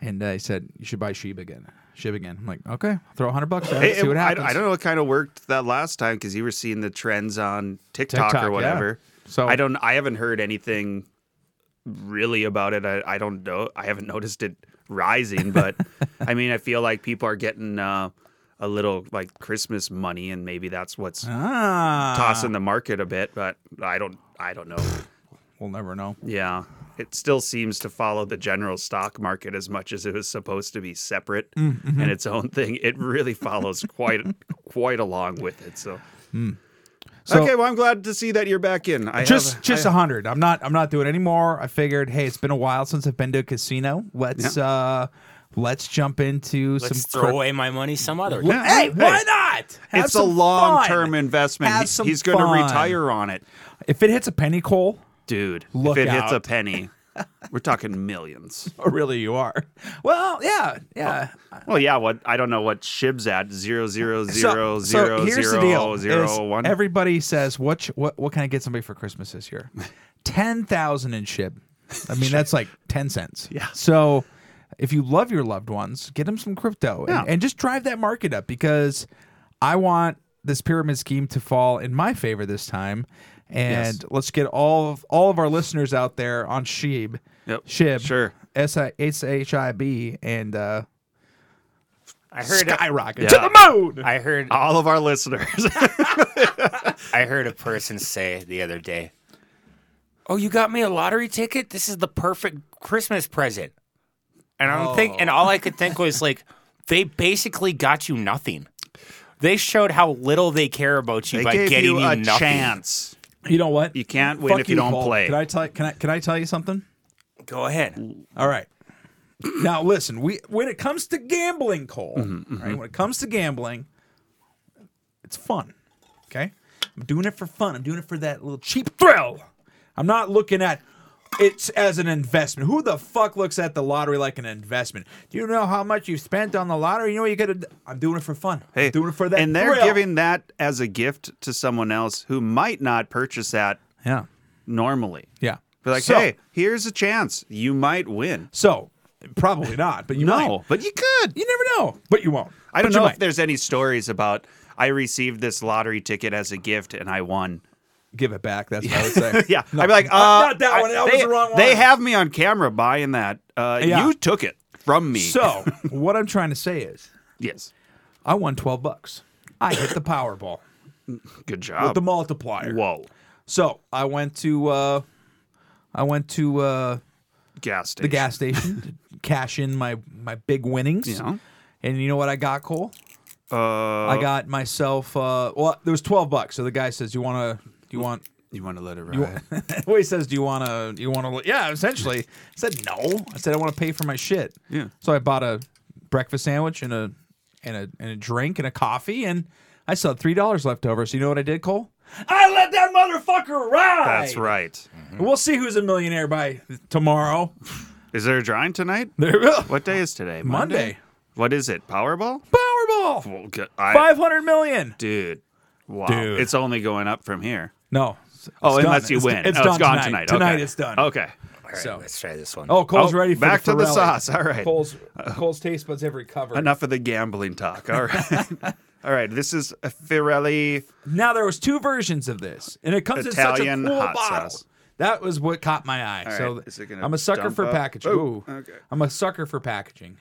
[SPEAKER 13] and uh, he said you should buy Sheba again. Sheba again. I'm like, okay, throw a hundred bucks at it,
[SPEAKER 12] It-
[SPEAKER 13] see
[SPEAKER 12] it-
[SPEAKER 13] what
[SPEAKER 12] I-
[SPEAKER 13] happens.
[SPEAKER 12] I, don't know what kind of worked that last time because you were seeing the trends on TikTok,
[SPEAKER 13] TikTok, yeah.
[SPEAKER 12] or whatever.
[SPEAKER 13] So-
[SPEAKER 12] I don't. I haven't heard anything really about it. I, I don't know. I haven't noticed it rising, but I mean, I feel like people are getting uh, a little like Christmas money, and maybe that's what's
[SPEAKER 13] Ah.
[SPEAKER 12] tossing the market a bit. But I don't, I don't know.
[SPEAKER 13] We'll never know.
[SPEAKER 12] Yeah, it still seems to follow the general stock market as much as it was supposed to be separate
[SPEAKER 13] Mm, mhm.
[SPEAKER 12] and its own thing. It really follows quite, quite along with it. So.
[SPEAKER 13] Hmm. So-
[SPEAKER 12] okay, well, I'm glad to see that you're back in. I
[SPEAKER 13] just
[SPEAKER 12] have,
[SPEAKER 13] just
[SPEAKER 12] I-
[SPEAKER 13] a hundred. I'm not I'm not doing any more. I figured, hey, it's been a while since I've been to a casino. Let's uh let's jump into
[SPEAKER 11] Let's
[SPEAKER 13] some
[SPEAKER 11] throw
[SPEAKER 13] cur-
[SPEAKER 11] away my money some other
[SPEAKER 13] Well,
[SPEAKER 11] time.
[SPEAKER 13] hey, why not? Have
[SPEAKER 12] it's a
[SPEAKER 13] some
[SPEAKER 12] long
[SPEAKER 13] fun.
[SPEAKER 12] term investment.
[SPEAKER 13] Have
[SPEAKER 12] He-
[SPEAKER 13] some
[SPEAKER 12] he's going to
[SPEAKER 13] fun.
[SPEAKER 12] retire on it.
[SPEAKER 13] If it hits a penny, Cole.
[SPEAKER 12] Dude,
[SPEAKER 13] Look
[SPEAKER 12] if it hits a
[SPEAKER 13] out.
[SPEAKER 12] penny, we're talking millions.
[SPEAKER 13] Oh, really, you are. Well, yeah,
[SPEAKER 12] Oh.
[SPEAKER 13] yeah.
[SPEAKER 12] Well, yeah. What I don't know what Shib's at zero zero
[SPEAKER 13] So-
[SPEAKER 12] zero
[SPEAKER 13] so
[SPEAKER 12] zero
[SPEAKER 13] here's the
[SPEAKER 12] zero
[SPEAKER 13] deal:
[SPEAKER 12] zero
[SPEAKER 13] is
[SPEAKER 12] one.
[SPEAKER 13] Everybody says, "What sh- what what can I get somebody for Christmas this year?" Ten thousand in ship. I mean, that's like ten cents. Yeah. So, if you love your loved ones, get them some crypto and, and just drive that market up because I want this pyramid scheme to fall in my favor this time. And
[SPEAKER 12] Yes.
[SPEAKER 13] let's get all of, all of our listeners out there on Shib.
[SPEAKER 12] Yep.
[SPEAKER 13] Shib. Sure. S I S H I B and uh,
[SPEAKER 11] I heard
[SPEAKER 13] skyrocket
[SPEAKER 11] Yeah.
[SPEAKER 13] to the moon.
[SPEAKER 11] I heard
[SPEAKER 12] all of our listeners.
[SPEAKER 11] I heard a person say the other day, "Oh, you got me a lottery ticket. This is the perfect Christmas present." And I'm think,
[SPEAKER 12] Oh.
[SPEAKER 11] and all I could think was like, they basically got you nothing. They showed how little they care about you
[SPEAKER 12] They
[SPEAKER 11] by
[SPEAKER 12] gave
[SPEAKER 11] getting
[SPEAKER 12] you a
[SPEAKER 11] nothing.
[SPEAKER 12] chance.
[SPEAKER 13] You know what?
[SPEAKER 12] You can't win
[SPEAKER 13] Fuck
[SPEAKER 12] if you don't
[SPEAKER 13] Paul.
[SPEAKER 12] play.
[SPEAKER 13] Can I tell? Can I? Can I tell you something?
[SPEAKER 11] Go ahead.
[SPEAKER 13] All right. Now listen. We when it comes to gambling, Cole.
[SPEAKER 12] Mm-hmm,
[SPEAKER 13] Right. When it comes to gambling, it's fun. Okay. I'm doing it for fun. I'm doing it for that little cheap thrill. I'm not looking at it's as an investment. Who the fuck looks at the lottery like an investment? Do you know how much you spent on the lottery? You know what you could have. I'm doing it for fun.
[SPEAKER 12] Hey,
[SPEAKER 13] doing it for that
[SPEAKER 12] and they're
[SPEAKER 13] thrill.
[SPEAKER 12] giving that as a gift to someone else who might not purchase that.
[SPEAKER 13] Yeah.
[SPEAKER 12] Normally,
[SPEAKER 13] Yeah.
[SPEAKER 12] Be like,
[SPEAKER 13] So-
[SPEAKER 12] hey, here's a chance. You might win.
[SPEAKER 13] So probably not, but you
[SPEAKER 12] no,
[SPEAKER 13] might.
[SPEAKER 12] but you could.
[SPEAKER 13] You never know, but you won't.
[SPEAKER 12] I don't
[SPEAKER 13] But you
[SPEAKER 12] know
[SPEAKER 13] might.
[SPEAKER 12] if there's any stories about I received this lottery ticket as a gift and I won.
[SPEAKER 13] Give it back. That's what I would say.
[SPEAKER 12] yeah, I'd be like, uh,
[SPEAKER 13] Not that one. That was
[SPEAKER 12] they,
[SPEAKER 13] the wrong one.
[SPEAKER 12] They have me on camera buying that. Uh,
[SPEAKER 13] Yeah.
[SPEAKER 12] You took it from me.
[SPEAKER 13] So what I'm trying to say is,
[SPEAKER 12] yes,
[SPEAKER 13] I won 12 bucks. I hit the Powerball
[SPEAKER 12] good
[SPEAKER 13] with
[SPEAKER 12] job.
[SPEAKER 13] the multiplier.
[SPEAKER 12] Whoa,
[SPEAKER 13] So I went to, uh, I went to uh,
[SPEAKER 12] gas
[SPEAKER 13] the
[SPEAKER 12] station.
[SPEAKER 13] gas station to cash in my my big winnings.
[SPEAKER 12] Yeah.
[SPEAKER 13] And you know what I got, Cole?
[SPEAKER 12] Uh,
[SPEAKER 13] I got myself. Uh, well, there was 12 bucks. So the guy says, "You want to? You want?"
[SPEAKER 12] You want to let it ride?
[SPEAKER 13] You want, well, he says, "Do you want to? You want to? Yeah." Essentially, I said no. I said I want to pay for my shit.
[SPEAKER 12] Yeah.
[SPEAKER 13] So I bought a breakfast sandwich and a and a and a drink and a coffee, and I still had three dollars left over. So you know what I did, Cole? I let that motherfucker ride.
[SPEAKER 12] That's right.
[SPEAKER 13] And We'll see who's a millionaire by tomorrow.
[SPEAKER 12] Is there a drawing tonight?
[SPEAKER 13] There-
[SPEAKER 12] What day is today?
[SPEAKER 13] Monday.
[SPEAKER 12] What is it? Powerball?
[SPEAKER 13] Powerball,
[SPEAKER 12] Well, good- I-
[SPEAKER 13] five hundred million.
[SPEAKER 12] dude. Wow,
[SPEAKER 13] Dude.
[SPEAKER 12] it's only going up from here.
[SPEAKER 13] No. it's-
[SPEAKER 12] Oh,
[SPEAKER 13] it's
[SPEAKER 12] unless
[SPEAKER 13] done.
[SPEAKER 12] you
[SPEAKER 13] It's-
[SPEAKER 12] win.
[SPEAKER 13] it's
[SPEAKER 12] oh,
[SPEAKER 13] done
[SPEAKER 12] it's gone
[SPEAKER 13] tonight.
[SPEAKER 12] tonight. okay.
[SPEAKER 13] it's done.
[SPEAKER 12] Okay.
[SPEAKER 11] All right,
[SPEAKER 13] So-
[SPEAKER 11] let's try this one.
[SPEAKER 13] Oh, Cole's
[SPEAKER 12] Oh,
[SPEAKER 13] ready for
[SPEAKER 12] back to the
[SPEAKER 13] Pirelli.
[SPEAKER 12] sauce. All right. Uh,
[SPEAKER 13] Cole's Cole's taste buds have recovered.
[SPEAKER 12] Enough of the gambling talk. All right. All right. This is a Firelli.
[SPEAKER 13] Now there was two versions of this, and it comes
[SPEAKER 12] Italian
[SPEAKER 13] in such a cool
[SPEAKER 12] hot
[SPEAKER 13] bottle.
[SPEAKER 12] sauce.
[SPEAKER 13] That was what caught my eye.
[SPEAKER 12] All
[SPEAKER 13] so
[SPEAKER 12] right, is it gonna
[SPEAKER 13] I'm a sucker
[SPEAKER 12] dump
[SPEAKER 13] for
[SPEAKER 12] up?
[SPEAKER 13] packaging.
[SPEAKER 12] Oh,
[SPEAKER 13] Ooh,
[SPEAKER 12] okay.
[SPEAKER 13] I'm a sucker for packaging.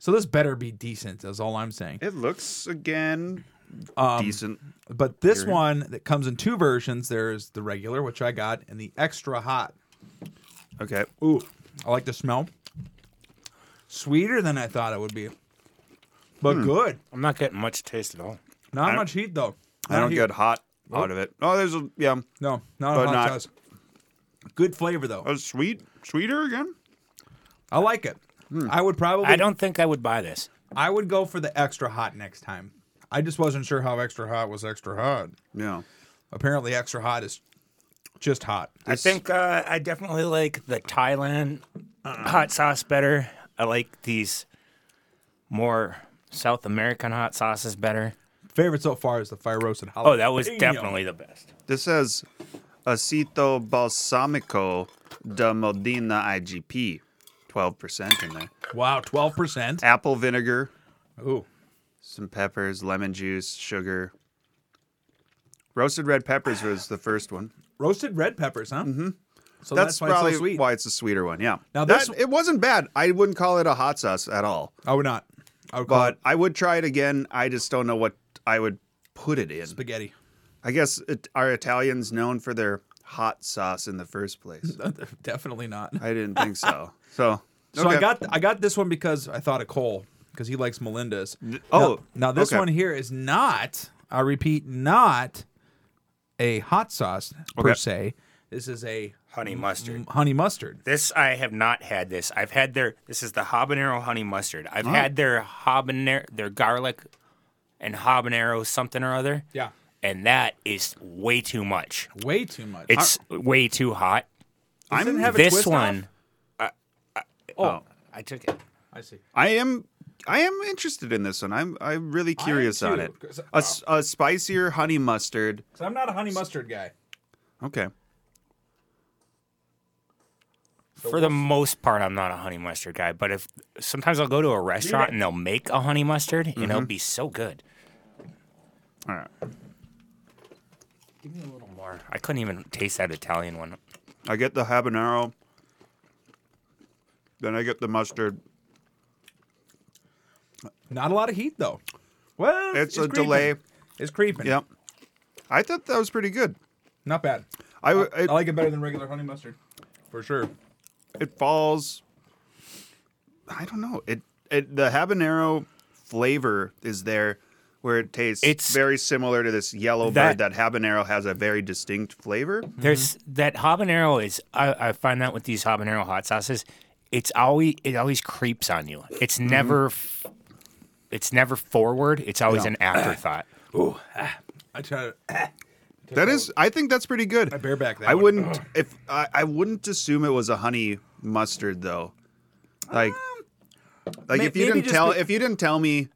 [SPEAKER 13] So this better be decent. Is all I'm saying.
[SPEAKER 12] It looks again
[SPEAKER 13] Um,
[SPEAKER 12] decent.
[SPEAKER 13] But this
[SPEAKER 12] Period.
[SPEAKER 13] one that comes in two versions. There's the regular, which I got, and the extra hot.
[SPEAKER 12] Okay.
[SPEAKER 13] Ooh, I like the smell. Sweeter than I thought it would be, but good.
[SPEAKER 11] I'm not getting much taste at all.
[SPEAKER 13] Not
[SPEAKER 12] Hmm. I-
[SPEAKER 13] much heat though.
[SPEAKER 12] I don't
[SPEAKER 13] heat.
[SPEAKER 12] get hot out of it. Oh, there's a yeah.
[SPEAKER 13] no, not
[SPEAKER 12] but
[SPEAKER 13] a hot
[SPEAKER 12] not-
[SPEAKER 13] sauce. Good flavor though.
[SPEAKER 12] A Oh, sweet, sweeter again.
[SPEAKER 13] I like it.
[SPEAKER 12] Hmm.
[SPEAKER 13] I would probably.
[SPEAKER 11] I don't think I would buy this.
[SPEAKER 13] I would go for the extra hot next time. I just wasn't sure how extra hot was extra hot.
[SPEAKER 12] Yeah.
[SPEAKER 13] Apparently, extra hot is just hot.
[SPEAKER 11] I think uh, I definitely like the Thailand uh, hot sauce better. I like these more South American hot sauces better.
[SPEAKER 13] Favorite so far is the fire roasted jalapeno.
[SPEAKER 11] Oh, that was definitely the best.
[SPEAKER 12] This says acito balsamico de Modena IGP, twelve percent in there.
[SPEAKER 13] wow, twelve percent.
[SPEAKER 12] Apple vinegar,
[SPEAKER 13] Ooh,
[SPEAKER 12] some peppers, lemon juice, sugar. Roasted red peppers was the first one.
[SPEAKER 13] roasted red peppers, huh? Mm-hmm. So
[SPEAKER 12] that's,
[SPEAKER 13] that's, why
[SPEAKER 12] probably
[SPEAKER 13] it's so sweet.
[SPEAKER 12] why it's a sweeter one. Yeah.
[SPEAKER 13] Now
[SPEAKER 12] That-
[SPEAKER 13] this-
[SPEAKER 12] it wasn't bad. I wouldn't call it a hot sauce at all.
[SPEAKER 13] I would not.
[SPEAKER 12] but I would try it again. I just don't know what I would put it in.
[SPEAKER 13] Spaghetti.
[SPEAKER 12] I guess it, are Italians known for their hot sauce in the first place?
[SPEAKER 13] Definitely not.
[SPEAKER 12] I didn't think so. So,
[SPEAKER 13] So I
[SPEAKER 12] okay.
[SPEAKER 13] got I got this one because I thought of Cole because he likes Melinda's.
[SPEAKER 12] oh,
[SPEAKER 13] now, now this
[SPEAKER 12] okay.
[SPEAKER 13] one here is not. I repeat, not a hot sauce per
[SPEAKER 11] Okay.
[SPEAKER 13] se. This is a
[SPEAKER 11] honey mustard.
[SPEAKER 13] honey mustard.
[SPEAKER 11] This I have not had. This I've had their. This is the habanero honey mustard. I've
[SPEAKER 13] Oh.
[SPEAKER 11] had their habanero, their garlic, and habanero something or other.
[SPEAKER 13] Yeah.
[SPEAKER 11] and that is way too much.
[SPEAKER 13] Way too much.
[SPEAKER 11] It's way too hot.
[SPEAKER 12] Does it I'm- have a
[SPEAKER 11] this
[SPEAKER 12] twist
[SPEAKER 11] one.
[SPEAKER 13] Oh,
[SPEAKER 11] I took it.
[SPEAKER 13] I see.
[SPEAKER 12] I am I am interested in this one. I'm I'm really curious on
[SPEAKER 13] too,
[SPEAKER 12] it.
[SPEAKER 13] 'cause- uh,
[SPEAKER 12] A, s- a spicier honey mustard.
[SPEAKER 13] Because I'm not a honey mustard guy.
[SPEAKER 12] Okay.
[SPEAKER 11] For the most part, I'm not a honey mustard guy, but if sometimes I'll go to a restaurant and they'll make a honey mustard, and it'll
[SPEAKER 12] Mhm.
[SPEAKER 11] be so good.
[SPEAKER 12] All right.
[SPEAKER 11] Give me a little more. I couldn't even taste that Italian one.
[SPEAKER 12] I get the habanero. Then I get the mustard.
[SPEAKER 13] Not a lot of heat though. Well,
[SPEAKER 12] It's, a
[SPEAKER 13] creeping.
[SPEAKER 12] delay.
[SPEAKER 13] It's creeping.
[SPEAKER 12] Yep. I thought that was pretty good.
[SPEAKER 13] Not bad.
[SPEAKER 12] I, w- it,
[SPEAKER 13] I like it better than regular honey mustard, for sure.
[SPEAKER 12] It falls. I don't know. It it the habanero flavor is there, where it tastes. It's very similar to this yellow
[SPEAKER 11] That-
[SPEAKER 12] bird. That habanero has a very distinct flavor.
[SPEAKER 11] There's that habanero is. I, I find that with these habanero hot sauces, it's always it always creeps on you. It's never, f- it's never forward. It's always
[SPEAKER 12] No.
[SPEAKER 11] an afterthought.
[SPEAKER 13] Ooh, I try to.
[SPEAKER 12] That is, I think that's pretty good. I
[SPEAKER 13] bareback that.
[SPEAKER 12] I
[SPEAKER 13] one.
[SPEAKER 12] wouldn't if I, I wouldn't assume it was a honey mustard though. Like,
[SPEAKER 13] Um,
[SPEAKER 12] like
[SPEAKER 13] may-
[SPEAKER 12] if you
[SPEAKER 13] maybe
[SPEAKER 12] didn't
[SPEAKER 13] just
[SPEAKER 12] tell
[SPEAKER 13] be-
[SPEAKER 12] if you didn't tell me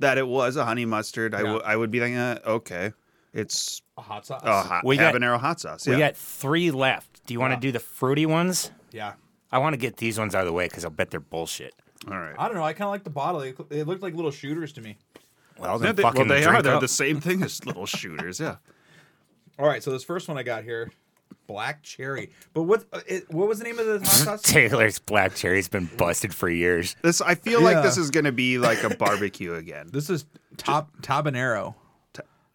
[SPEAKER 12] that it was a honey mustard, I would I would be like, uh, okay, it's
[SPEAKER 13] a hot sauce.
[SPEAKER 12] A Oh, hot,
[SPEAKER 11] We got-
[SPEAKER 12] habanero hot sauce.
[SPEAKER 11] We
[SPEAKER 12] yeah.
[SPEAKER 11] got three left. Do you want to do the fruity ones?
[SPEAKER 13] Yeah.
[SPEAKER 11] I want to get these ones out of the way because I'll bet they're bullshit.
[SPEAKER 12] All right.
[SPEAKER 13] I don't know. I kind of like the bottle. They, they look like little shooters to me.
[SPEAKER 11] Well,
[SPEAKER 12] Yeah,
[SPEAKER 11] then
[SPEAKER 12] they, well,
[SPEAKER 11] fucking
[SPEAKER 12] they
[SPEAKER 11] drink
[SPEAKER 12] are. They're
[SPEAKER 11] up.
[SPEAKER 12] the same thing as little shooters. Yeah.
[SPEAKER 13] All right, so this first one I got here, black cherry. But what uh, it, what was the name of the hot sauce?
[SPEAKER 11] Taylor's black cherry's been busted for years.
[SPEAKER 12] This I feel
[SPEAKER 13] Yeah.
[SPEAKER 12] like this is gonna be like a barbecue again.
[SPEAKER 13] This is top tabanero.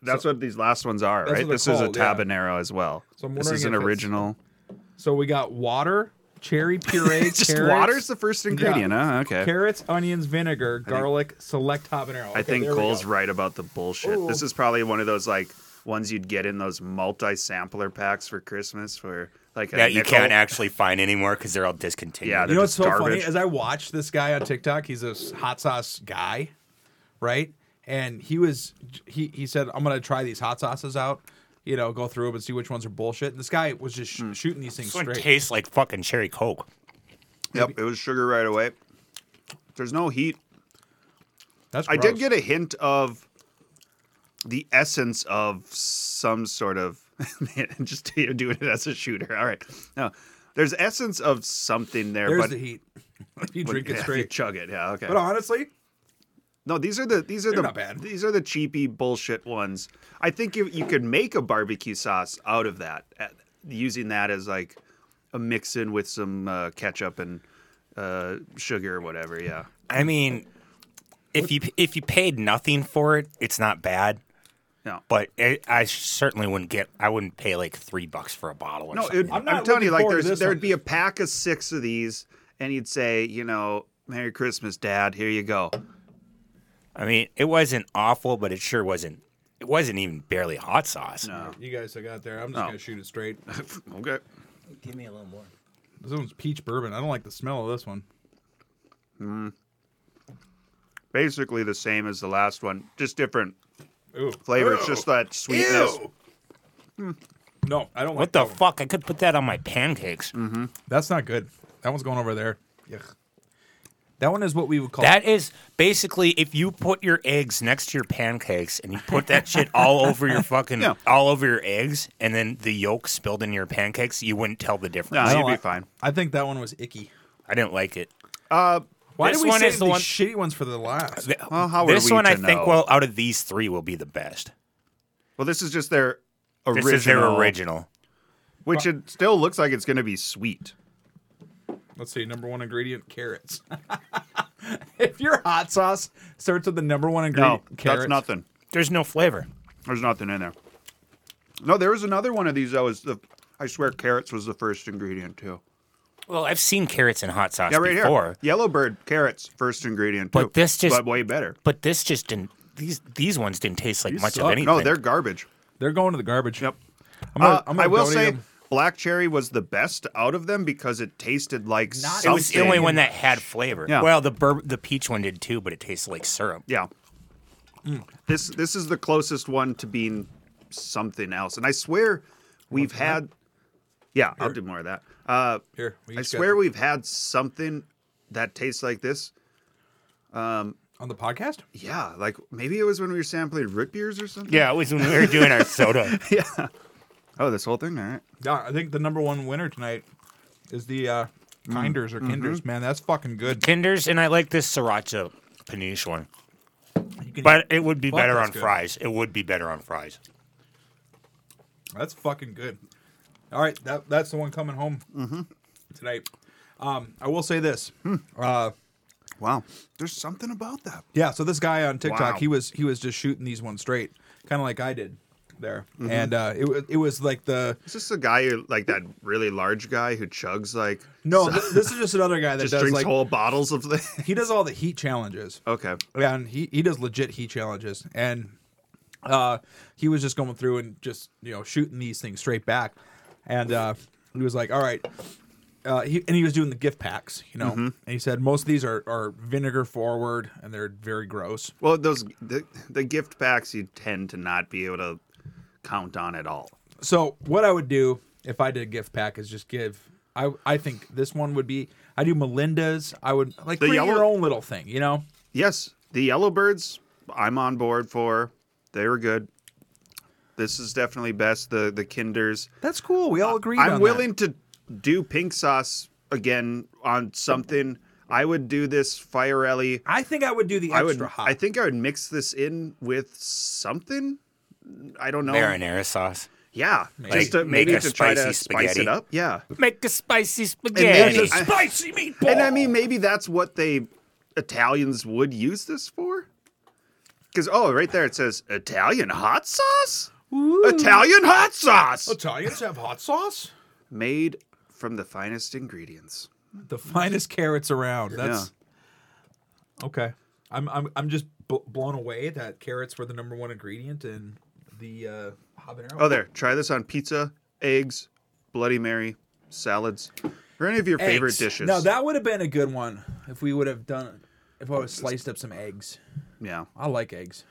[SPEAKER 12] That's what these last ones are,
[SPEAKER 13] That's what
[SPEAKER 12] right?
[SPEAKER 13] they're
[SPEAKER 12] This
[SPEAKER 13] called,
[SPEAKER 12] is a
[SPEAKER 13] yeah.
[SPEAKER 12] tabanero as well.
[SPEAKER 13] So I'm
[SPEAKER 12] this
[SPEAKER 13] wondering
[SPEAKER 12] is an
[SPEAKER 13] if it's-
[SPEAKER 12] original.
[SPEAKER 13] So we got water, cherry puree,
[SPEAKER 12] Just
[SPEAKER 13] carrots.
[SPEAKER 12] water's the first ingredient, huh? Okay.
[SPEAKER 13] Carrots, onions, vinegar,
[SPEAKER 12] think-
[SPEAKER 13] garlic, select habanero.
[SPEAKER 12] I
[SPEAKER 13] Okay,
[SPEAKER 12] think
[SPEAKER 13] there we
[SPEAKER 12] Cole's
[SPEAKER 13] go.
[SPEAKER 12] right about the bullshit. This
[SPEAKER 13] Ooh.
[SPEAKER 12] is probably one of those like ones you'd get in those multi-sampler packs for Christmas, for like a
[SPEAKER 11] that you
[SPEAKER 12] nickel.
[SPEAKER 11] can't actually find anymore because they're all discontinued.
[SPEAKER 12] Yeah,
[SPEAKER 13] You know what's so funny? As I watched this guy on TikTok, he's a s- hot sauce guy, right? And he was he he said, "I'm gonna try these hot sauces out." You know, go through them and see which ones are bullshit. And this guy was just
[SPEAKER 12] Hmm.
[SPEAKER 13] sh- shooting these things
[SPEAKER 11] This one
[SPEAKER 13] straight.
[SPEAKER 11] tastes like fucking cherry coke.
[SPEAKER 12] Yep, it was sugar right away. There's no heat.
[SPEAKER 13] That's
[SPEAKER 12] I did
[SPEAKER 13] gross.
[SPEAKER 12] get a hint of the essence of some sort of just doing it as a shooter. All right. No. There's essence of something there,
[SPEAKER 13] There's
[SPEAKER 12] but
[SPEAKER 13] the heat. If you
[SPEAKER 12] When-
[SPEAKER 13] drink
[SPEAKER 12] yeah,
[SPEAKER 13] it
[SPEAKER 12] if you
[SPEAKER 13] straight,
[SPEAKER 12] chug it. Yeah, okay.
[SPEAKER 13] But honestly,
[SPEAKER 12] No, these are the these are
[SPEAKER 13] They're
[SPEAKER 12] the
[SPEAKER 13] not bad.
[SPEAKER 12] these are the cheapy bullshit ones. I think you you could make a barbecue sauce out of that, uh, using that as like a mix in with some uh, ketchup and uh, sugar or whatever. Yeah,
[SPEAKER 11] I mean, if you if you paid nothing for it, it's not bad.
[SPEAKER 12] No.
[SPEAKER 11] but it, I certainly wouldn't get. I wouldn't pay like three bucks for a bottle. Or
[SPEAKER 12] no,
[SPEAKER 11] something.
[SPEAKER 12] it, I'm, telling you, like there's there'd be a pack of six of these, and you'd say, you know, Merry Christmas, Dad. Here you go.
[SPEAKER 11] I mean, it wasn't awful, but it sure wasn't. It wasn't even barely hot sauce.
[SPEAKER 12] No.
[SPEAKER 13] you guys I got there. I'm just
[SPEAKER 11] No.
[SPEAKER 13] gonna shoot it straight.
[SPEAKER 12] okay.
[SPEAKER 11] Give me a little more.
[SPEAKER 13] This one's peach bourbon. I don't like the smell of this one.
[SPEAKER 12] Mm. Basically the same as the last one, just different
[SPEAKER 13] Ooh.
[SPEAKER 12] flavor. It's just that sweetness.
[SPEAKER 13] No, I don't.
[SPEAKER 11] What the fuck? I could put that on my pancakes. Mm-hmm.
[SPEAKER 13] That's not good. That one's going over there. Yuck. That one is what we would call
[SPEAKER 11] That is basically if you put your eggs next to your pancakes and you put that shit all over your fucking
[SPEAKER 12] Yeah.
[SPEAKER 11] all over your eggs and then the yolk spilled in your pancakes, you wouldn't tell the
[SPEAKER 12] No,
[SPEAKER 11] difference. Oh,
[SPEAKER 12] you'd be fine.
[SPEAKER 13] I think that one was icky.
[SPEAKER 11] I didn't like it.
[SPEAKER 12] Uh,
[SPEAKER 13] Why
[SPEAKER 11] This
[SPEAKER 13] did we
[SPEAKER 11] one
[SPEAKER 13] save
[SPEAKER 11] is the
[SPEAKER 13] these
[SPEAKER 11] one-
[SPEAKER 13] shitty ones for the last?
[SPEAKER 12] well, how are
[SPEAKER 11] this
[SPEAKER 12] we
[SPEAKER 11] one,
[SPEAKER 12] to
[SPEAKER 11] I think,
[SPEAKER 12] know?
[SPEAKER 11] well, out of these three, will be the best.
[SPEAKER 12] Well, this is just their original.
[SPEAKER 11] This is their original.
[SPEAKER 12] Which it still looks like it's going to be sweet.
[SPEAKER 13] Let's see. Number one ingredient: carrots. if your hot sauce starts with the number one ingredient,
[SPEAKER 12] No,
[SPEAKER 13] carrots,
[SPEAKER 12] that's nothing.
[SPEAKER 11] There's no flavor.
[SPEAKER 12] There's nothing in there. No, there was another one of these though. Is the I swear carrots was the first ingredient too.
[SPEAKER 11] Well, I've seen carrots in hot sauce
[SPEAKER 12] yeah, right
[SPEAKER 11] before,
[SPEAKER 12] here. Yellowbird carrots, first ingredient.
[SPEAKER 11] but
[SPEAKER 12] too.
[SPEAKER 11] this just
[SPEAKER 12] But way better.
[SPEAKER 11] But this just didn't. These these ones didn't taste like
[SPEAKER 12] These
[SPEAKER 11] much of
[SPEAKER 12] suck.
[SPEAKER 11] anything.
[SPEAKER 12] No, they're garbage.
[SPEAKER 13] They're going to the garbage.
[SPEAKER 12] Yep.
[SPEAKER 13] I'm gonna-
[SPEAKER 12] Uh,
[SPEAKER 13] I'm gonna
[SPEAKER 12] I will
[SPEAKER 13] donate
[SPEAKER 12] say
[SPEAKER 13] them.
[SPEAKER 12] black cherry was the best out of them because it tasted like
[SPEAKER 11] It was the
[SPEAKER 12] something.
[SPEAKER 11] only one that had flavor.
[SPEAKER 12] Yeah.
[SPEAKER 11] Well, the bur- the peach one did too, but it tasted like syrup.
[SPEAKER 12] Yeah. This this is the closest one to being something else, and I swear we've had. Yeah, I'll do more of that. Uh,
[SPEAKER 13] Here, we
[SPEAKER 12] I
[SPEAKER 13] each got
[SPEAKER 12] swear we've had something that tastes like this. Um,
[SPEAKER 13] on the podcast.
[SPEAKER 12] Yeah, like maybe it was when we were sampling root beers or something.
[SPEAKER 11] Yeah, it was when we were doing our soda.
[SPEAKER 12] yeah. Oh, this whole thing. All right.
[SPEAKER 13] Yeah, I think the number one winner tonight is the uh, Kinders or Kinders. Man, that's fucking good.
[SPEAKER 11] Kinders, and I like this sriracha paniche one. But it would be
[SPEAKER 13] Fuck,
[SPEAKER 11] better
[SPEAKER 13] that's
[SPEAKER 11] on
[SPEAKER 13] good.
[SPEAKER 11] fries. It would be better on fries.
[SPEAKER 13] That's fucking good. All right, that that's the one coming home
[SPEAKER 12] Mm-hmm.
[SPEAKER 13] tonight. Um, I will say this.
[SPEAKER 12] Hmm.
[SPEAKER 13] Uh,
[SPEAKER 12] wow, there's something about that.
[SPEAKER 13] Yeah, so this guy on TikTok,
[SPEAKER 12] Wow.
[SPEAKER 13] he was he was just shooting these ones straight, kind of like I did there,
[SPEAKER 12] Mhm.
[SPEAKER 13] and uh, it wa- it was like the
[SPEAKER 12] Is this a guy who, like that really large guy who chugs like?
[SPEAKER 13] no,
[SPEAKER 12] so-
[SPEAKER 13] th- this is just another guy that
[SPEAKER 12] just
[SPEAKER 13] does
[SPEAKER 12] drinks
[SPEAKER 13] like
[SPEAKER 12] whole bottles of this.
[SPEAKER 13] he does all the heat challenges.
[SPEAKER 12] Okay.
[SPEAKER 13] Yeah, and he, he does legit heat challenges. And uh, he was just going through and just, you know, shooting these things straight back. And uh, he was like, all right. Uh, he, and he was doing the gift packs, you know.
[SPEAKER 12] Mhm.
[SPEAKER 13] And he said most of these are, are vinegar forward and they're very gross.
[SPEAKER 12] Well, those the, the gift packs you tend to not be able to count on at all.
[SPEAKER 13] So what I would do if I did a gift pack is just give. I I think this one would be. I do Melinda's. I would like
[SPEAKER 12] The
[SPEAKER 13] bring your
[SPEAKER 12] yellow-
[SPEAKER 13] own little thing. You know.
[SPEAKER 12] Yes, the Yellowbirds, I'm on board for. They were good. This is definitely best. The the Kinders.
[SPEAKER 13] That's cool. We all agree.
[SPEAKER 12] I'm willing to do pink sauce again on something. I would do this Firelli.
[SPEAKER 13] I think I would do the
[SPEAKER 12] I would.
[SPEAKER 13] extra hot.
[SPEAKER 12] I think I would mix this in with something. I don't know.
[SPEAKER 11] Marinara sauce.
[SPEAKER 12] Yeah,
[SPEAKER 11] Maybe.
[SPEAKER 12] just to,
[SPEAKER 11] Like, make
[SPEAKER 12] maybe
[SPEAKER 11] a
[SPEAKER 12] to try to
[SPEAKER 11] spicy
[SPEAKER 12] spice it
[SPEAKER 11] spaghetti.
[SPEAKER 12] up. Yeah,
[SPEAKER 11] Make a spicy
[SPEAKER 12] And
[SPEAKER 11] spaghetti.
[SPEAKER 12] maybe- And I mean, maybe that's what they Italians would use this for. Because oh, right there it says Italian hot sauce. Italian hot sauce.
[SPEAKER 13] Italians have hot sauce.
[SPEAKER 12] Made from the finest ingredients.
[SPEAKER 13] The finest carrots around. That's okay. I'm I'm I'm just bl- blown away that carrots were the number one ingredient in the uh, habanero.
[SPEAKER 12] Oh, there. Try this on pizza, eggs, Bloody Mary, salads, or any of your favorite
[SPEAKER 13] Eggs.
[SPEAKER 12] dishes.
[SPEAKER 13] Now that would have been a good one if we would have done if I would have sliced up some eggs.
[SPEAKER 12] Yeah.
[SPEAKER 13] I like eggs.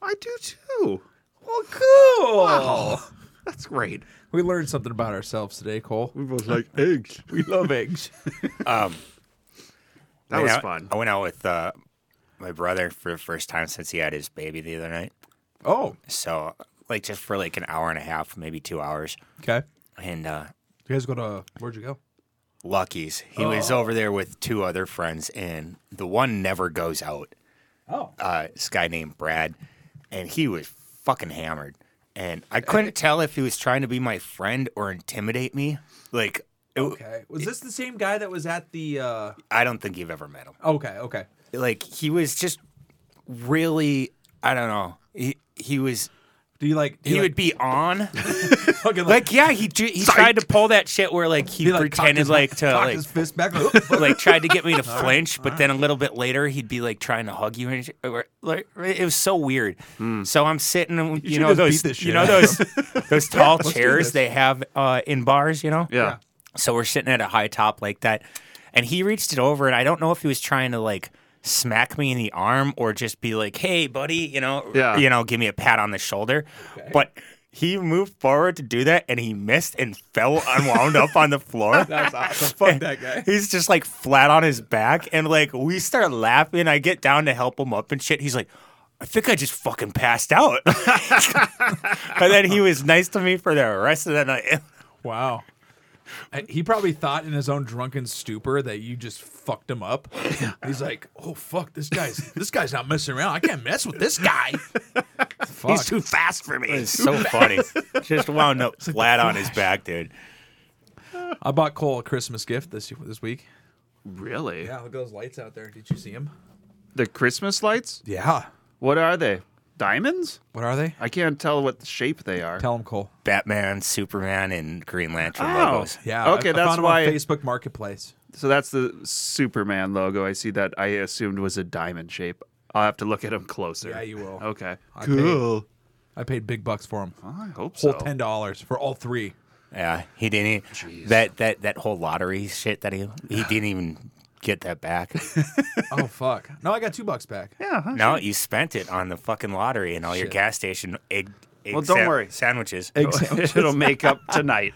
[SPEAKER 12] I do too.
[SPEAKER 13] Well, cool.
[SPEAKER 12] That's great.
[SPEAKER 13] We learned something about ourselves today, Cole. We
[SPEAKER 12] both like eggs.
[SPEAKER 13] We love eggs.
[SPEAKER 11] Um,
[SPEAKER 12] That
[SPEAKER 11] went
[SPEAKER 12] was
[SPEAKER 11] out-
[SPEAKER 12] fun.
[SPEAKER 11] I went out with uh, my brother for the first time since he had his baby the other night.
[SPEAKER 13] Oh,
[SPEAKER 11] So like just for like an hour and a half, maybe two hours,
[SPEAKER 13] okay.
[SPEAKER 11] and uh,
[SPEAKER 13] You guys go to where'd you go?
[SPEAKER 11] Lucky's. He was
[SPEAKER 13] Oh.
[SPEAKER 11] over there with two other friends, and the one never goes out.
[SPEAKER 13] Oh.
[SPEAKER 11] Uh, this guy named Brad, and he was fucking hammered. And I couldn't tell if he was trying to be my friend or intimidate me. Like, it,
[SPEAKER 13] Okay. Was this the same guy that was at the? uh
[SPEAKER 11] I don't think you've ever met him.
[SPEAKER 13] Okay. Okay.
[SPEAKER 11] Like, he was just really, I don't know. He, he was.
[SPEAKER 13] Do you like?
[SPEAKER 11] he would be on.
[SPEAKER 13] like,
[SPEAKER 11] yeah, he dr- he tried to pull that shit where like he, pretended like to
[SPEAKER 13] cocked
[SPEAKER 11] like
[SPEAKER 13] his fist back.
[SPEAKER 11] like tried to get me to
[SPEAKER 13] All right,
[SPEAKER 11] flinch,
[SPEAKER 13] all
[SPEAKER 11] but
[SPEAKER 13] right.
[SPEAKER 11] then a little bit later he'd be like trying to hug you, and sh- or, like it was so weird. So I'm sitting, you,
[SPEAKER 13] Hmm. should
[SPEAKER 11] you know
[SPEAKER 13] just beat
[SPEAKER 11] those,
[SPEAKER 13] this shit
[SPEAKER 11] you know
[SPEAKER 13] out
[SPEAKER 11] those,
[SPEAKER 13] of
[SPEAKER 11] those tall
[SPEAKER 13] Let's do this.
[SPEAKER 11] chairs they have uh, in bars, you know.
[SPEAKER 12] Yeah.
[SPEAKER 11] So we're sitting at a high top like that, and he reached it over, and I don't know if he was trying to like smack me in the arm or just be like, "Hey, buddy," you know,
[SPEAKER 12] Yeah.
[SPEAKER 11] you know, give me a pat on the shoulder, but. He moved forward to do that, and he missed and fell and wound up on the floor.
[SPEAKER 13] That's awesome. Fuck that guy.
[SPEAKER 11] He's just like flat on his back, and like we start laughing. I get down to help him up and shit. He's like, I think I just fucking passed out. and then he was nice to me for the rest of the night.
[SPEAKER 13] Wow. I- He probably thought in his own drunken stupor that you just fucked him up. He's like, "Oh fuck, this guy's this guy's not messing around. I can't mess with this guy. Fuck.
[SPEAKER 11] He's too fast for me. It's so funny. just wound up flat on his back, dude.
[SPEAKER 13] I bought Cole a Christmas gift this this week.
[SPEAKER 12] Really?
[SPEAKER 13] Yeah, look at those lights out there. Did you see them?
[SPEAKER 12] The Christmas lights?
[SPEAKER 13] Yeah.
[SPEAKER 12] What are they? Diamonds?
[SPEAKER 13] What are they?
[SPEAKER 12] I can't tell what shape they are.
[SPEAKER 13] Tell them, Cole.
[SPEAKER 11] Batman, Superman, and Green Lantern
[SPEAKER 12] Oh,
[SPEAKER 11] logos.
[SPEAKER 12] yeah. Okay, that's
[SPEAKER 13] found 'em
[SPEAKER 12] why-
[SPEAKER 13] on Facebook Marketplace.
[SPEAKER 12] So that's the Superman logo. I see that I assumed was a diamond shape. I'll have to look at them closer.
[SPEAKER 13] Yeah, you will.
[SPEAKER 12] Okay.
[SPEAKER 13] I Paid, I paid big bucks for them. I
[SPEAKER 12] hope
[SPEAKER 13] Whole
[SPEAKER 11] so.
[SPEAKER 13] ten dollars for all three.
[SPEAKER 11] Yeah, he didn't. e That that that whole lottery shit that he he didn't even get that back.
[SPEAKER 13] oh fuck! No, I got two bucks back.
[SPEAKER 12] Yeah. Huh,
[SPEAKER 11] no, you spent it on the fucking lottery and all your gas station egg. egg
[SPEAKER 12] Well, don't
[SPEAKER 11] sa-
[SPEAKER 12] worry.
[SPEAKER 11] Sandwiches.
[SPEAKER 13] Egg sandwiches. It'll make
[SPEAKER 12] up tonight.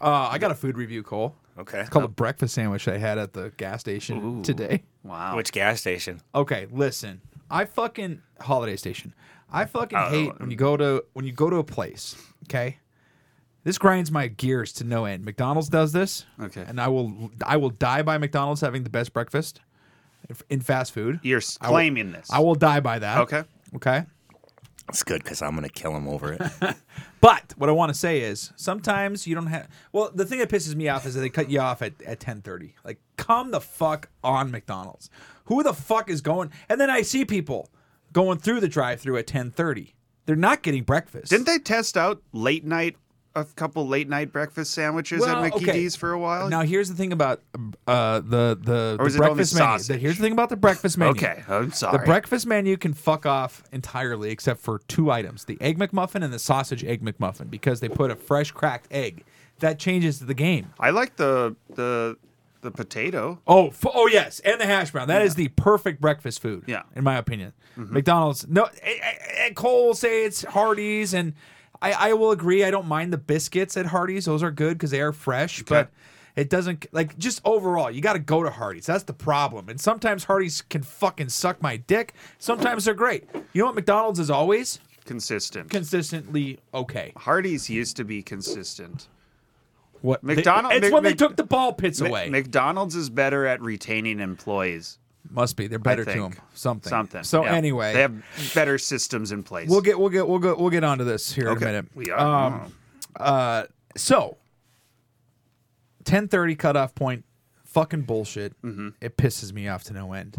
[SPEAKER 13] Uh, I got a food review, Cole.
[SPEAKER 11] Okay.
[SPEAKER 13] It's called a breakfast sandwich I had at the gas station today.
[SPEAKER 12] Wow.
[SPEAKER 11] Which gas station?
[SPEAKER 13] Okay, listen. I fucking holiday station. I fucking
[SPEAKER 11] Oh.
[SPEAKER 13] hate when you go to when you go to a place. Okay, this grinds my gears to no end. McDonald's does this.
[SPEAKER 12] Okay,
[SPEAKER 13] and I will I will die by McDonald's having the best breakfast if- in fast food.
[SPEAKER 12] You're
[SPEAKER 13] I will-
[SPEAKER 12] claiming this.
[SPEAKER 13] I will die by that.
[SPEAKER 12] Okay.
[SPEAKER 13] Okay.
[SPEAKER 11] It's good because I'm gonna kill him over it.
[SPEAKER 13] But what I want to say is sometimes you don't have. Well, the thing that pisses me off is that they cut you off at at ten thirty. Like, come the fuck on McDonald's. Who the fuck is going? And then I see people going through the drive-through at ten thirty. They're not getting breakfast.
[SPEAKER 12] Didn't they test out late night a couple late night breakfast sandwiches
[SPEAKER 13] Well,
[SPEAKER 12] at Mickey
[SPEAKER 13] okay.
[SPEAKER 12] D's for a while?
[SPEAKER 13] Now here's the thing about uh, the the, the
[SPEAKER 12] Or is it only
[SPEAKER 13] breakfast menu.
[SPEAKER 12] sausage?
[SPEAKER 13] The- Here's the thing about the breakfast menu.
[SPEAKER 12] Okay, I'm
[SPEAKER 13] The
[SPEAKER 12] sorry.
[SPEAKER 13] breakfast menu can fuck off entirely except for two items: the egg McMuffin and the sausage egg McMuffin, because they put a fresh cracked egg. That changes the game.
[SPEAKER 12] I like the the the potato.
[SPEAKER 13] Oh, f- oh yes, and the hash brown. That is the perfect breakfast food. Yeah, in my opinion,
[SPEAKER 12] Mm-hmm.
[SPEAKER 13] McDonald's. No, eh, eh, eh, Cole will say it's Hardee's, and I, I will agree. I don't mind the biscuits at Hardee's; those are good because they are fresh. But it doesn't like just overall. You got to go to Hardee's. That's the problem. And sometimes Hardee's can fucking suck my dick. Sometimes they're great. You know what McDonald's is always
[SPEAKER 12] Consistent.
[SPEAKER 13] consistently okay.
[SPEAKER 12] Hardee's used to be consistent.
[SPEAKER 13] What
[SPEAKER 12] McDonald's?
[SPEAKER 13] It's when they took the ball pits away.
[SPEAKER 12] McDonald's is better at retaining employees.
[SPEAKER 13] Must be they're
[SPEAKER 12] I
[SPEAKER 13] better to
[SPEAKER 12] think.
[SPEAKER 13] them. Something.
[SPEAKER 12] Something.
[SPEAKER 13] So
[SPEAKER 12] yeah.
[SPEAKER 13] anyway.
[SPEAKER 12] they have better systems in place.
[SPEAKER 13] We'll get we'll get we'll go we'll get onto this here in
[SPEAKER 12] Okay.
[SPEAKER 13] a minute.
[SPEAKER 12] We are.
[SPEAKER 13] Um, uh, so, ten thirty cutoff point, fucking bullshit.
[SPEAKER 12] Mm-hmm.
[SPEAKER 13] It pisses me off to no end.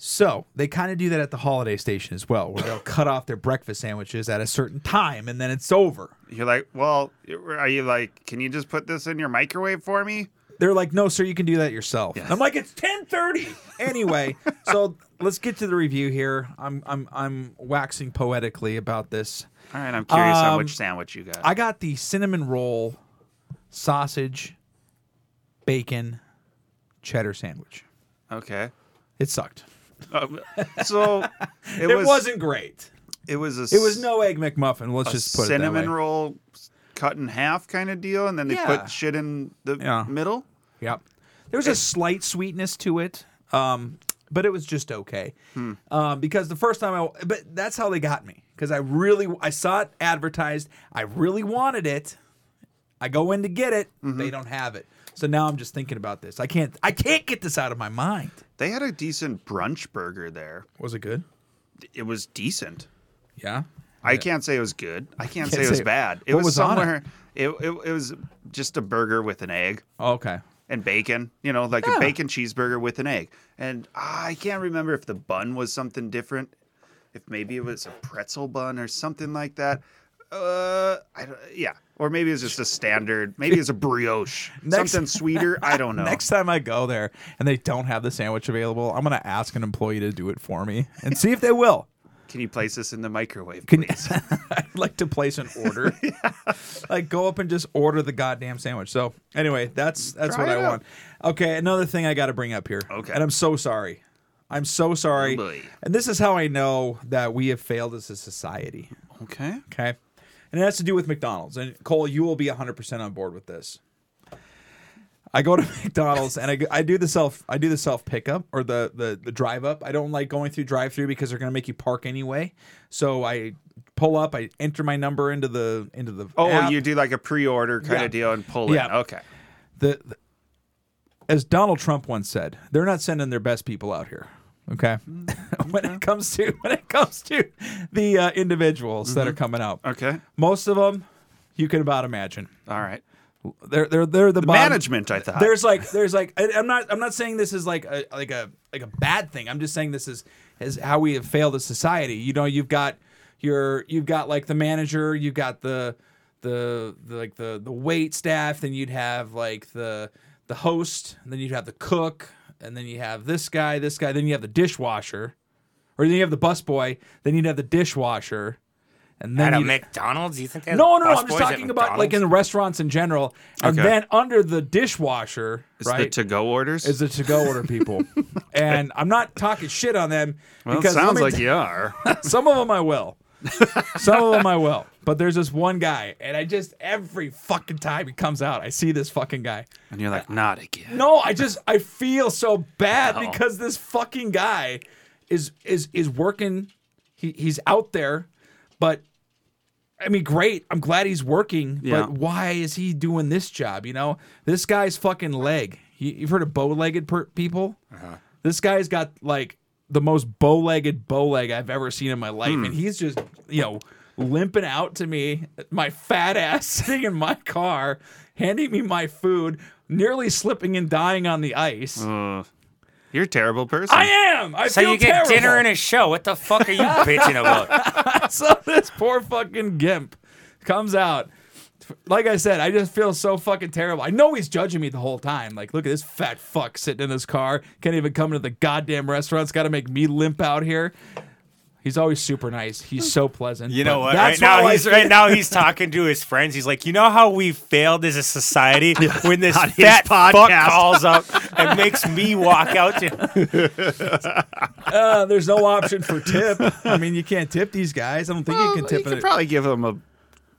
[SPEAKER 13] So they kind of do that at the holiday station as well, where they'll cut off their breakfast sandwiches at a certain time, and then it's over.
[SPEAKER 12] You're like, well, are you like, can you just put this in your microwave for me?
[SPEAKER 13] They're like, "No, sir, you can do that yourself." I'm like, "It's ten thirty anyway." so let's get to the review here. I'm I'm I'm waxing poetically about this.
[SPEAKER 12] All right, I'm curious on
[SPEAKER 13] Um,
[SPEAKER 12] which sandwich you got.
[SPEAKER 13] I got the cinnamon roll, sausage, bacon, cheddar sandwich.
[SPEAKER 12] okay.
[SPEAKER 13] It sucked.
[SPEAKER 12] Um, so it,
[SPEAKER 13] It
[SPEAKER 12] was,
[SPEAKER 13] wasn't great.
[SPEAKER 12] It was a
[SPEAKER 13] It was no egg McMuffin. Let's
[SPEAKER 12] a
[SPEAKER 13] just put
[SPEAKER 12] cinnamon
[SPEAKER 13] it that way.
[SPEAKER 12] roll cut in half kind of deal, and then they
[SPEAKER 13] Yeah.
[SPEAKER 12] put shit in the
[SPEAKER 13] Yeah.
[SPEAKER 12] middle.
[SPEAKER 13] Yep. There was a slight sweetness to it, um, but it was just okay. Um, because the first time I, but that's how they got me. Because I really, I saw it advertised. I really wanted it. I go in to get it. They don't have it. So now I'm just thinking about this. I can't, I can't get this out of my mind.
[SPEAKER 12] They had a decent brunch burger there.
[SPEAKER 13] Was it good?
[SPEAKER 12] It was decent.
[SPEAKER 13] Yeah.
[SPEAKER 12] I can't say it was good. I can't,
[SPEAKER 13] Can't
[SPEAKER 12] say it was
[SPEAKER 13] say-
[SPEAKER 12] bad. It
[SPEAKER 13] What
[SPEAKER 12] was,
[SPEAKER 13] was on it?
[SPEAKER 12] somewhere. It? It, it was just a burger with an egg
[SPEAKER 13] Oh, Okay.
[SPEAKER 12] and bacon. You know, like
[SPEAKER 13] Yeah.
[SPEAKER 12] a bacon cheeseburger with an egg. And ah, I can't remember if the bun was something different. If maybe it was a pretzel bun or something like that. Uh, I don't, yeah. Or maybe it's just a standard. Maybe it's a brioche.
[SPEAKER 13] Next-
[SPEAKER 12] something sweeter. I don't know.
[SPEAKER 13] Next time I go there and they don't have the sandwich available, I'm gonna ask an employee to do it for me and see if they will.
[SPEAKER 12] Can you place this in the microwave,
[SPEAKER 13] Can-
[SPEAKER 12] please?
[SPEAKER 13] I'd like to place an order. Like go up and just order the goddamn sandwich. So anyway, that's that's
[SPEAKER 12] Try
[SPEAKER 13] what
[SPEAKER 12] it
[SPEAKER 13] I
[SPEAKER 12] out.
[SPEAKER 13] want. Okay, another thing I got to bring up here.
[SPEAKER 12] Okay.
[SPEAKER 13] and I'm so sorry. I'm so sorry.
[SPEAKER 12] Really?
[SPEAKER 13] And this is how I know that we have failed as a society.
[SPEAKER 12] okay.
[SPEAKER 13] Okay. And it has to do with McDonald's. And Cole, you will be 100% on board with this. I go to McDonald's and I, go- I do the self I do the self pickup or the the, the drive up. I don't like going through drive through because they're going to make you park anyway. So I pull up, I enter my number into the into the
[SPEAKER 12] Oh,
[SPEAKER 13] app.
[SPEAKER 12] you do like a pre-order kind
[SPEAKER 13] Yeah.
[SPEAKER 12] of deal and pull
[SPEAKER 13] Yeah.
[SPEAKER 12] in. Okay.
[SPEAKER 13] the, the- as Donald Trump once said, they're not sending their best people out here. Okay,
[SPEAKER 12] Mm,
[SPEAKER 13] when it comes to when it comes to the uh, individuals that are coming out,
[SPEAKER 12] Mm-hmm. Okay.
[SPEAKER 13] most of them you can about imagine.
[SPEAKER 12] All right.
[SPEAKER 13] They're they're they're the,
[SPEAKER 12] The
[SPEAKER 13] bottom-
[SPEAKER 12] management, I thought.
[SPEAKER 13] There's like there's like I, I'm not I'm not saying this is like a like a like a bad thing. I'm just saying this is is how we have failed as society. You know, you've got your you've got like the manager, you've got the the, the like the the wait staff, then you'd have like the the host, and then you'd have the cook, and then you have this guy, this guy, then you have the dishwasher, or then you have the busboy, then you'd have the dishwasher, and then
[SPEAKER 11] At a
[SPEAKER 13] you'd-
[SPEAKER 11] McDonald's, you think they have
[SPEAKER 13] no, no, no.
[SPEAKER 11] bus
[SPEAKER 13] I'm just
[SPEAKER 11] boys at
[SPEAKER 13] talking about
[SPEAKER 11] McDonald's?
[SPEAKER 13] like in the restaurants in general, and
[SPEAKER 12] Okay.
[SPEAKER 13] then under the dishwasher,
[SPEAKER 12] It's
[SPEAKER 13] right?
[SPEAKER 12] the to go orders.
[SPEAKER 13] is the to-go order people, and I'm not talking shit on them
[SPEAKER 12] Well, it
[SPEAKER 13] because let
[SPEAKER 12] sounds
[SPEAKER 13] me
[SPEAKER 12] like
[SPEAKER 13] t-
[SPEAKER 12] you are.
[SPEAKER 13] some of them I will, some of them I will, but there's this one guy, and I just every fucking time he comes out, I see this fucking guy.
[SPEAKER 12] And you're like, not again.
[SPEAKER 13] No, I just I feel so bad
[SPEAKER 12] No.
[SPEAKER 13] because this fucking guy is is is working. He he's out there, but I mean, great. I'm glad he's working.
[SPEAKER 12] Yeah.
[SPEAKER 13] But why is he doing this job? You know, this guy's fucking leg. You, you've heard of bow-legged per- people.
[SPEAKER 11] Uh-huh.
[SPEAKER 13] This guy's got like the most bow-legged bow leg I've ever seen in my life,
[SPEAKER 12] Hmm.
[SPEAKER 13] and he's just you know limping out to me, my fat ass sitting in my car, handing me my food, nearly slipping and dying on the ice.
[SPEAKER 12] Ugh. you're a terrible person.
[SPEAKER 13] I am. I
[SPEAKER 11] Mm. so
[SPEAKER 13] feel
[SPEAKER 11] you get
[SPEAKER 13] terrible.
[SPEAKER 11] dinner and a show. What the fuck are you bitching about?
[SPEAKER 13] so this poor fucking gimp comes out. Like I said, I just feel so fucking terrible. I know he's judging me the whole time. Like, look at this fat fuck sitting in this car. Can't even come into the goddamn restaurant. It's got to make me limp out here. He's always super nice. He's so pleasant.
[SPEAKER 11] You
[SPEAKER 13] but
[SPEAKER 11] know what?
[SPEAKER 13] That's
[SPEAKER 11] Right now
[SPEAKER 13] how I
[SPEAKER 11] he's
[SPEAKER 13] feel.
[SPEAKER 11] right now he's talking to his friends. He's like, you know how we failed as a society when this
[SPEAKER 12] On his
[SPEAKER 11] fat fuck
[SPEAKER 12] podcast."
[SPEAKER 11] calls up and makes me walk out. To-
[SPEAKER 13] Uh, there's no option for tip. I mean, you can't tip these guys. I don't think you can tip.
[SPEAKER 12] you could
[SPEAKER 13] it.
[SPEAKER 12] probably give them a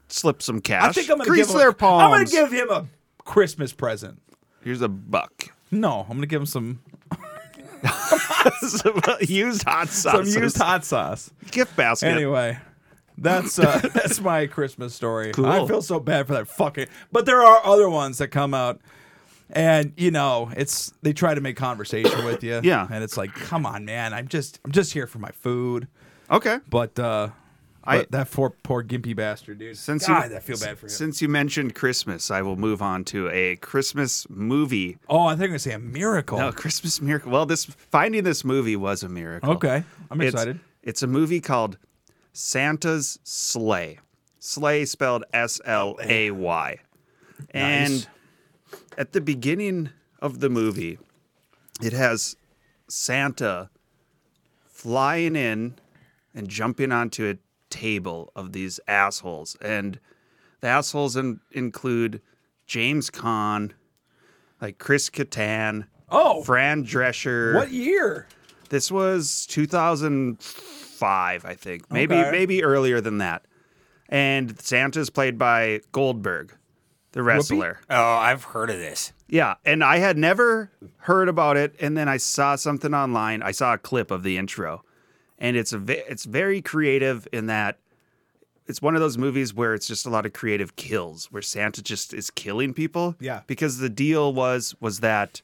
[SPEAKER 12] slip some cash.
[SPEAKER 13] I think I'm gonna
[SPEAKER 12] Grease
[SPEAKER 13] give him,
[SPEAKER 12] their palms.
[SPEAKER 13] I'm gonna give him a Christmas present.
[SPEAKER 12] Here's a buck.
[SPEAKER 13] No, I'm gonna give him some
[SPEAKER 12] Some used hot
[SPEAKER 13] some
[SPEAKER 12] sauce.
[SPEAKER 13] used hot sauce.
[SPEAKER 12] gift basket.
[SPEAKER 13] Anyway, that's uh, that's my Christmas story.
[SPEAKER 12] Cool.
[SPEAKER 13] I feel so bad for that fucking. But there are other ones that come out, and you know, it's they try to make conversation with you.
[SPEAKER 12] Yeah.
[SPEAKER 13] and it's like, come on, man, I'm just I'm just here for my food.
[SPEAKER 12] Okay.
[SPEAKER 13] But uh,
[SPEAKER 12] I-
[SPEAKER 13] but that poor poor gimpy bastard, dude.
[SPEAKER 12] Since
[SPEAKER 13] God,
[SPEAKER 12] you,
[SPEAKER 13] I feel bad for him.
[SPEAKER 12] Since you mentioned Christmas, I will move on to a Christmas movie.
[SPEAKER 13] oh, I think I'm gonna say a miracle.
[SPEAKER 12] No, Christmas miracle. Well, this finding this movie was a miracle.
[SPEAKER 13] Okay, I'm
[SPEAKER 12] It's-
[SPEAKER 13] excited.
[SPEAKER 12] It's a movie called Santa's Sleigh. Sleigh spelled S L A Y. And at the beginning of the movie, it has Santa flying in and jumping onto a table of these assholes. And the assholes in- include James Caan, like Chris Kattan,
[SPEAKER 13] Oh.
[SPEAKER 12] Fran Drescher.
[SPEAKER 13] What year?
[SPEAKER 12] This was 2005, I think. Maybe
[SPEAKER 13] Okay.
[SPEAKER 12] maybe earlier than that. And Santa's played by Goldberg, the wrestler.
[SPEAKER 11] oh, I've heard of this.
[SPEAKER 12] Yeah, and I had never heard about it, and then I saw something online. I saw a clip of the intro, and it's a ve- it's very creative in that it's one of those movies where it's just a lot of creative kills, where Santa just is killing people.
[SPEAKER 13] Yeah.
[SPEAKER 12] because the deal was was that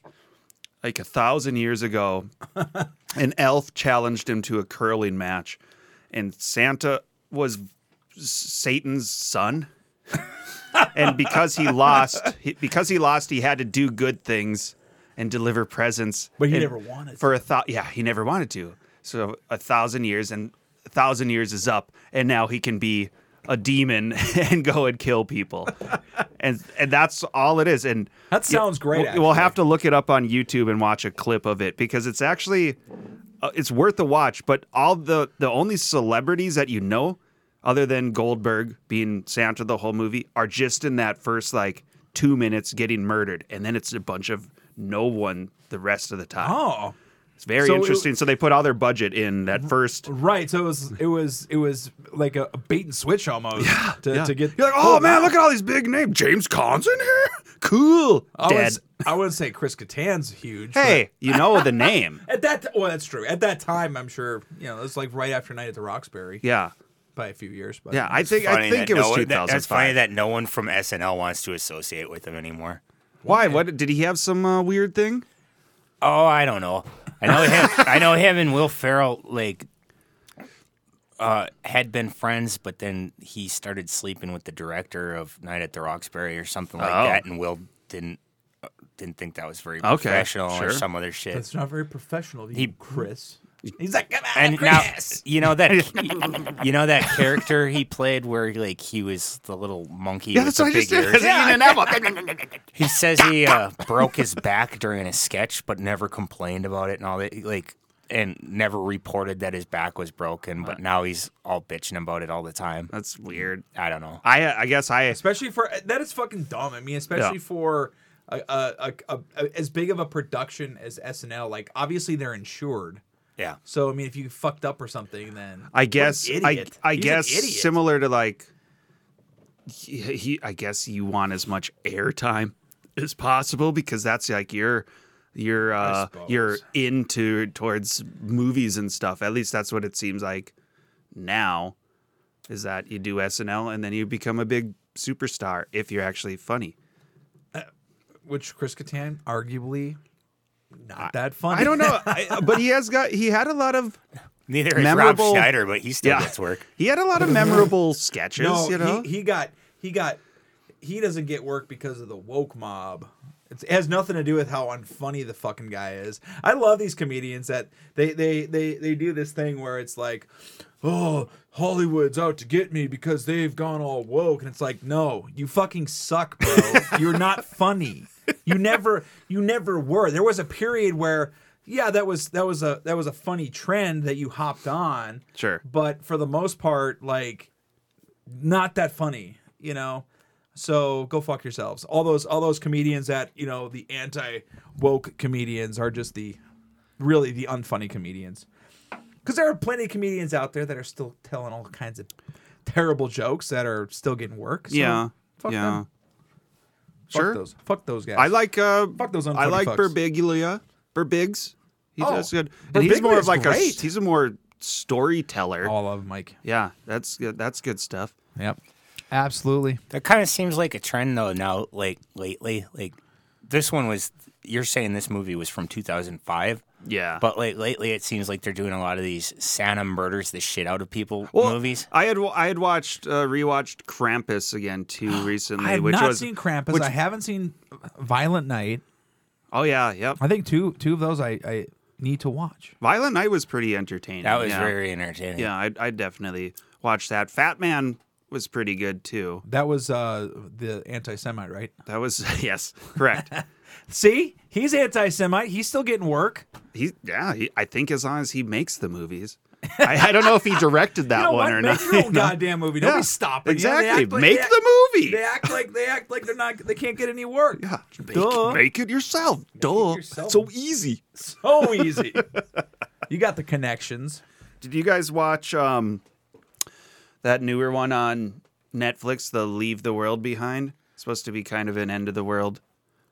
[SPEAKER 12] like a thousand years ago, an elf challenged him to a curling match, and Santa was Satan's son and because he lost, he, because he lost, he had to do good things and deliver presents.
[SPEAKER 13] But he
[SPEAKER 12] And
[SPEAKER 13] never wanted
[SPEAKER 12] for a thought. Yeah, he never wanted to. So a thousand years and a thousand years is up, and now he can be a demon and go and kill people, and and that's all it is. And
[SPEAKER 13] That sounds great,
[SPEAKER 12] We'll, we'll have to look it up on YouTube and watch a clip of it because it's actually uh, it's worth a watch. But all the the only celebrities that you know, other than Goldberg being Santa the whole movie, are just in that first like two minutes getting murdered, and then it's a bunch of no one the rest of the time.
[SPEAKER 13] Oh,
[SPEAKER 12] it's very
[SPEAKER 13] So it- Mm-hmm.
[SPEAKER 12] interesting. so they put all their budget in that first.
[SPEAKER 13] right. So it was it was it was like a, a bait and switch almost to,
[SPEAKER 12] Yeah.
[SPEAKER 13] to get.
[SPEAKER 12] You're like, oh, man,
[SPEAKER 13] wow."
[SPEAKER 12] look at all these big names. James Caan's in here. Cool.
[SPEAKER 13] I
[SPEAKER 12] Dead.
[SPEAKER 13] was I wouldn't say Chris Kattan's huge. but
[SPEAKER 12] Hey, you know the name.
[SPEAKER 13] at that t- well, that's true. At that time, I'm sure you know it's like right after Night at the Roxbury
[SPEAKER 12] Yeah.
[SPEAKER 13] by a few years. But
[SPEAKER 12] Yeah, I think I
[SPEAKER 11] Funny
[SPEAKER 12] think
[SPEAKER 11] that
[SPEAKER 12] it was
[SPEAKER 11] no one-
[SPEAKER 12] 2005.
[SPEAKER 11] that- That's funny that no one from SNL wants to associate with him anymore.
[SPEAKER 12] Why? What did he have some uh, weird thing?
[SPEAKER 11] Oh, I don't know. I know him. I know him and Will Ferrell. Like uh, had been friends, but then he started sleeping with the director of Night at the Roxbury or something like
[SPEAKER 12] Oh.
[SPEAKER 11] that, and Will didn't uh, didn't think that was very
[SPEAKER 12] Okay,
[SPEAKER 11] professional
[SPEAKER 12] sure.
[SPEAKER 11] or some other shit.
[SPEAKER 13] That's not very professional.
[SPEAKER 11] He-
[SPEAKER 13] He, Chris. He's like, come on,
[SPEAKER 11] and now
[SPEAKER 13] Chris.
[SPEAKER 11] you know that you know that character he played where like he was the little monkey
[SPEAKER 12] Yeah,
[SPEAKER 11] with
[SPEAKER 12] that's
[SPEAKER 11] the
[SPEAKER 12] what I
[SPEAKER 11] big
[SPEAKER 12] just did. I
[SPEAKER 11] ears.
[SPEAKER 12] was eating an
[SPEAKER 11] He says he uh, broke his back during a sketch, but never complained about it and all that. Like, and never reported that his back was broken. But now he's all bitching about it all the time.
[SPEAKER 12] That's Uh, weird.
[SPEAKER 11] I don't know.
[SPEAKER 12] I I guess I
[SPEAKER 13] especially for that is fucking dumb. I mean, especially
[SPEAKER 11] Yeah.
[SPEAKER 13] for a, a, a, a, a- as big of a production as SNL. Like, obviously they're insured.
[SPEAKER 11] Yeah.
[SPEAKER 13] So I mean, if you fucked up or something, then
[SPEAKER 12] I guess
[SPEAKER 13] what an
[SPEAKER 12] I
[SPEAKER 13] idiot.
[SPEAKER 12] I
[SPEAKER 13] He's an
[SPEAKER 12] guess
[SPEAKER 13] idiot.
[SPEAKER 12] similar to like he, he I guess you want as much airtime as possible because that's like your your uh you're into towards movies and stuff. At least that's what it seems like now is that you do SNL and then you become a big superstar if you're actually funny.
[SPEAKER 13] which Chris Kattan arguably not that funny.
[SPEAKER 12] I don't know, I, but he has got he had a lot of
[SPEAKER 11] Neither
[SPEAKER 12] memorable-
[SPEAKER 11] is Rob Schneider, but he still
[SPEAKER 12] Yeah.
[SPEAKER 11] gets work.
[SPEAKER 12] He had a lot of memorable sketches,
[SPEAKER 13] no,
[SPEAKER 12] you know.
[SPEAKER 13] he, he got he got he doesn't get work because of the woke mob. It's, it has nothing to do with how unfunny the fucking guy is. I love these comedians that they they they they do this thing where it's like, oh, Hollywood's out to get me because they've gone all woke, and it's like, no, you fucking suck, bro. You're not funny. You never you never were. There was a period where. Yeah, that was that was a that was a funny trend that you hopped on.
[SPEAKER 12] Sure.
[SPEAKER 13] But for the most part, like not that funny, you know. So go fuck yourselves. All those all those comedians that you know the anti woke comedians are just the really the unfunny comedians. Because there are plenty of comedians out there that are still telling all kinds of terrible jokes that are still getting work. So
[SPEAKER 12] yeah.
[SPEAKER 13] fuck
[SPEAKER 12] yeah.
[SPEAKER 13] them. Fuck
[SPEAKER 12] Sure.
[SPEAKER 13] those. Fuck those guys.
[SPEAKER 12] I like uh
[SPEAKER 13] Fuck those
[SPEAKER 12] I
[SPEAKER 13] unfunny
[SPEAKER 12] like
[SPEAKER 13] fucks.
[SPEAKER 12] Berbiglia. Berbigs. He
[SPEAKER 13] Oh,
[SPEAKER 12] does good. And he's
[SPEAKER 13] Berbiglia
[SPEAKER 12] more of
[SPEAKER 13] is
[SPEAKER 12] like a
[SPEAKER 13] great.
[SPEAKER 12] he's a more storyteller.
[SPEAKER 13] All of Mike.
[SPEAKER 12] Yeah, that's good. That's good stuff.
[SPEAKER 13] Yep. Absolutely.
[SPEAKER 11] That kind of seems like a trend though now, like lately. Like this one was you're saying this movie was from 2005.
[SPEAKER 12] Yeah.
[SPEAKER 11] But like lately it seems like they're doing a lot of these Santa murders the shit out of people movies.
[SPEAKER 12] I had I had watched uh, rewatched Krampus again too recently,
[SPEAKER 13] I have
[SPEAKER 12] which
[SPEAKER 13] not
[SPEAKER 12] was
[SPEAKER 13] seen Krampus.
[SPEAKER 12] which-
[SPEAKER 13] I haven't seen Violent Night.
[SPEAKER 12] Oh yeah, yep.
[SPEAKER 13] I think two two of those I, I need to watch.
[SPEAKER 12] Violent Night was pretty entertaining.
[SPEAKER 11] That was
[SPEAKER 12] yeah.
[SPEAKER 11] very entertaining.
[SPEAKER 12] Yeah, I I definitely watched that. Fat Man was pretty good too.
[SPEAKER 13] That was uh, the anti-Semite, right?
[SPEAKER 12] That was yes, correct.
[SPEAKER 13] See, he's anti-Semite. He's still getting work.
[SPEAKER 12] He yeah, he, I think as long as he makes the movies. I, I don't know if he directed that
[SPEAKER 13] You know
[SPEAKER 12] one
[SPEAKER 13] what?
[SPEAKER 12] or
[SPEAKER 13] Make
[SPEAKER 12] not.
[SPEAKER 13] your own
[SPEAKER 12] you know?
[SPEAKER 13] goddamn movie. Don't
[SPEAKER 12] Yeah,
[SPEAKER 13] be stopping. you know? They
[SPEAKER 12] Exactly.
[SPEAKER 13] act like-
[SPEAKER 12] Make
[SPEAKER 13] they act-
[SPEAKER 12] the movie.
[SPEAKER 13] They act like they act like they're not. They can't get any work. Yeah, Duh.
[SPEAKER 12] Make, make it yourself. Duh. So easy.
[SPEAKER 13] so easy. you got the connections.
[SPEAKER 12] Did you guys watch um that newer one on Netflix, the Leave the World Behind? It's supposed to be kind of an end of the world.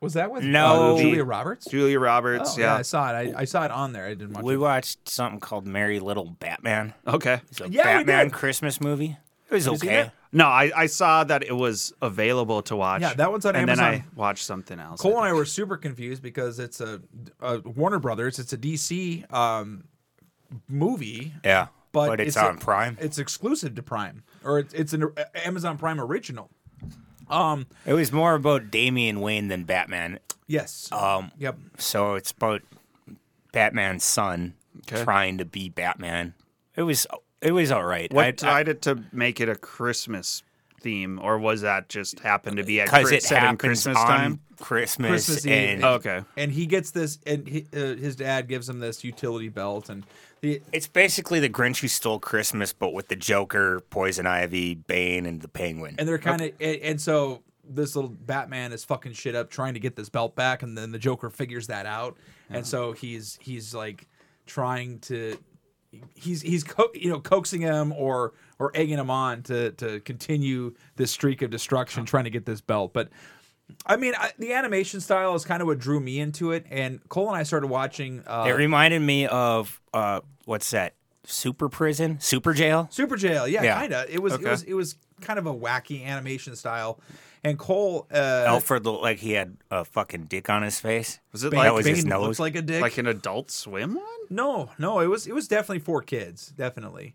[SPEAKER 13] Was that with
[SPEAKER 11] No.
[SPEAKER 13] uh, Julia Roberts?
[SPEAKER 12] Julia Roberts,
[SPEAKER 13] Oh,
[SPEAKER 12] yeah.
[SPEAKER 13] I saw it. I, I saw it on there. I didn't watch
[SPEAKER 11] We
[SPEAKER 13] it.
[SPEAKER 11] watched something called Merry Little Batman.
[SPEAKER 12] Okay.
[SPEAKER 11] It's a
[SPEAKER 13] Yeah, we
[SPEAKER 11] Batman
[SPEAKER 13] did.
[SPEAKER 11] Christmas movie. It was
[SPEAKER 13] Have you seen
[SPEAKER 11] okay.
[SPEAKER 13] it?
[SPEAKER 12] No, I, I saw that it was available to watch.
[SPEAKER 13] Yeah, that one's on
[SPEAKER 12] and then I
[SPEAKER 13] Amazon.
[SPEAKER 12] watched something else.
[SPEAKER 13] Cole and I were super confused because it's a, a Warner Brothers. It's a DC um, movie.
[SPEAKER 11] Yeah.
[SPEAKER 13] but,
[SPEAKER 11] But it's
[SPEAKER 13] a-
[SPEAKER 11] on Prime.
[SPEAKER 13] It's exclusive to Prime, or it's, it's an uh, Amazon Prime original. Um,
[SPEAKER 11] It was more about Damian Wayne than Batman.
[SPEAKER 13] yes.
[SPEAKER 11] Um
[SPEAKER 13] yep.
[SPEAKER 11] so it's about Batman's son
[SPEAKER 12] Okay.
[SPEAKER 11] trying to be Batman. It was it was all right.
[SPEAKER 12] What
[SPEAKER 11] I- I-
[SPEAKER 12] decided to make it a Christmas theme, or was that just happened to be at
[SPEAKER 11] because
[SPEAKER 12] Chris-
[SPEAKER 11] it
[SPEAKER 12] set in
[SPEAKER 11] happens
[SPEAKER 12] Christmas
[SPEAKER 11] on
[SPEAKER 12] time?
[SPEAKER 11] Christmas,
[SPEAKER 13] Christmas Eve. Oh.
[SPEAKER 11] and
[SPEAKER 12] Okay.
[SPEAKER 13] And he gets this, and he, uh, his dad gives him this utility belt, and the
[SPEAKER 11] it's basically the Grinch who stole Christmas, but with the Joker, Poison Ivy, Bane, and the Penguin.
[SPEAKER 13] and they're kind of, and, and so this little Batman is fucking shit up trying to get this belt back, and then the Joker figures that out, and so he's he's like trying to. He's he's co- you know coaxing him or or egging him on to to continue this streak of destruction, trying to get this belt. But I mean, I, the animation style is kind of what drew me into it. And Cole and I started watching. Uh,
[SPEAKER 11] it reminded me of uh, what's that? Super prison, super jail.
[SPEAKER 13] Super Jail, yeah,
[SPEAKER 11] Yeah.
[SPEAKER 13] kind of. It was
[SPEAKER 11] Okay.
[SPEAKER 13] it was it was kind of a wacky animation style, and Cole uh,
[SPEAKER 11] Alfred looked like he had a fucking dick on his face.
[SPEAKER 12] Was it
[SPEAKER 13] Bane-
[SPEAKER 12] like
[SPEAKER 11] that was his
[SPEAKER 13] Bane
[SPEAKER 11] nose?
[SPEAKER 13] looks like a dick.
[SPEAKER 12] like an Adult Swim one?
[SPEAKER 13] no, no, it was it was definitely for kids, definitely.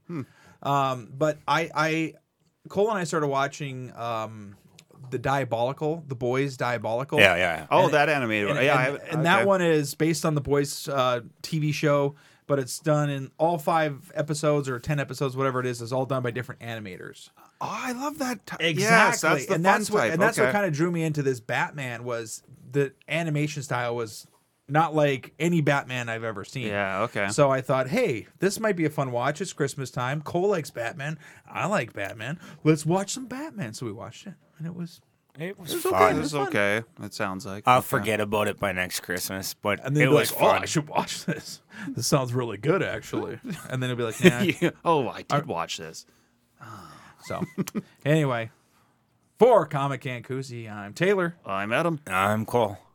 [SPEAKER 13] Um, but I, I, Cole and I started watching um, the Diabolical, the Boys Diabolical.
[SPEAKER 11] Yeah, yeah, yeah.
[SPEAKER 12] Oh,
[SPEAKER 13] And-
[SPEAKER 12] that animated
[SPEAKER 13] And,
[SPEAKER 12] one. Yeah,
[SPEAKER 13] and,
[SPEAKER 12] I haven't-
[SPEAKER 13] and that
[SPEAKER 12] okay.
[SPEAKER 13] one is based on the Boys uh, TV show, but it's done in all five episodes or ten episodes, whatever it is, is all done by different animators.
[SPEAKER 12] I love that. T-
[SPEAKER 13] Exactly,
[SPEAKER 12] Yes, that's the
[SPEAKER 13] and
[SPEAKER 12] fun
[SPEAKER 13] that's what
[SPEAKER 12] type.
[SPEAKER 13] and that's
[SPEAKER 12] Okay.
[SPEAKER 13] what kind of drew me into this Batman was the animation style was not like any Batman I've ever seen.
[SPEAKER 12] Yeah, okay.
[SPEAKER 13] So I thought, hey, this might be a fun watch. It's Christmas time. Cole likes Batman. I like Batman. Let's watch some Batman. So we watched it, and it was
[SPEAKER 11] it was,
[SPEAKER 13] okay.
[SPEAKER 12] It
[SPEAKER 13] It was
[SPEAKER 12] was
[SPEAKER 13] fun. Uh,
[SPEAKER 12] okay. It sounds like.
[SPEAKER 11] I'll
[SPEAKER 12] Okay.
[SPEAKER 11] forget about it by next Christmas, but
[SPEAKER 13] And then
[SPEAKER 11] it
[SPEAKER 13] you'd be
[SPEAKER 11] was
[SPEAKER 13] like,
[SPEAKER 11] fun.
[SPEAKER 13] oh, I should watch this. This sounds really good, actually. And then it'll be like, nah.
[SPEAKER 12] Yeah. Oh, I did watch this.
[SPEAKER 13] So, anyway, for Comic Cancuzzi, I'm Taylor.
[SPEAKER 12] I'm Adam.
[SPEAKER 11] I'm Cole.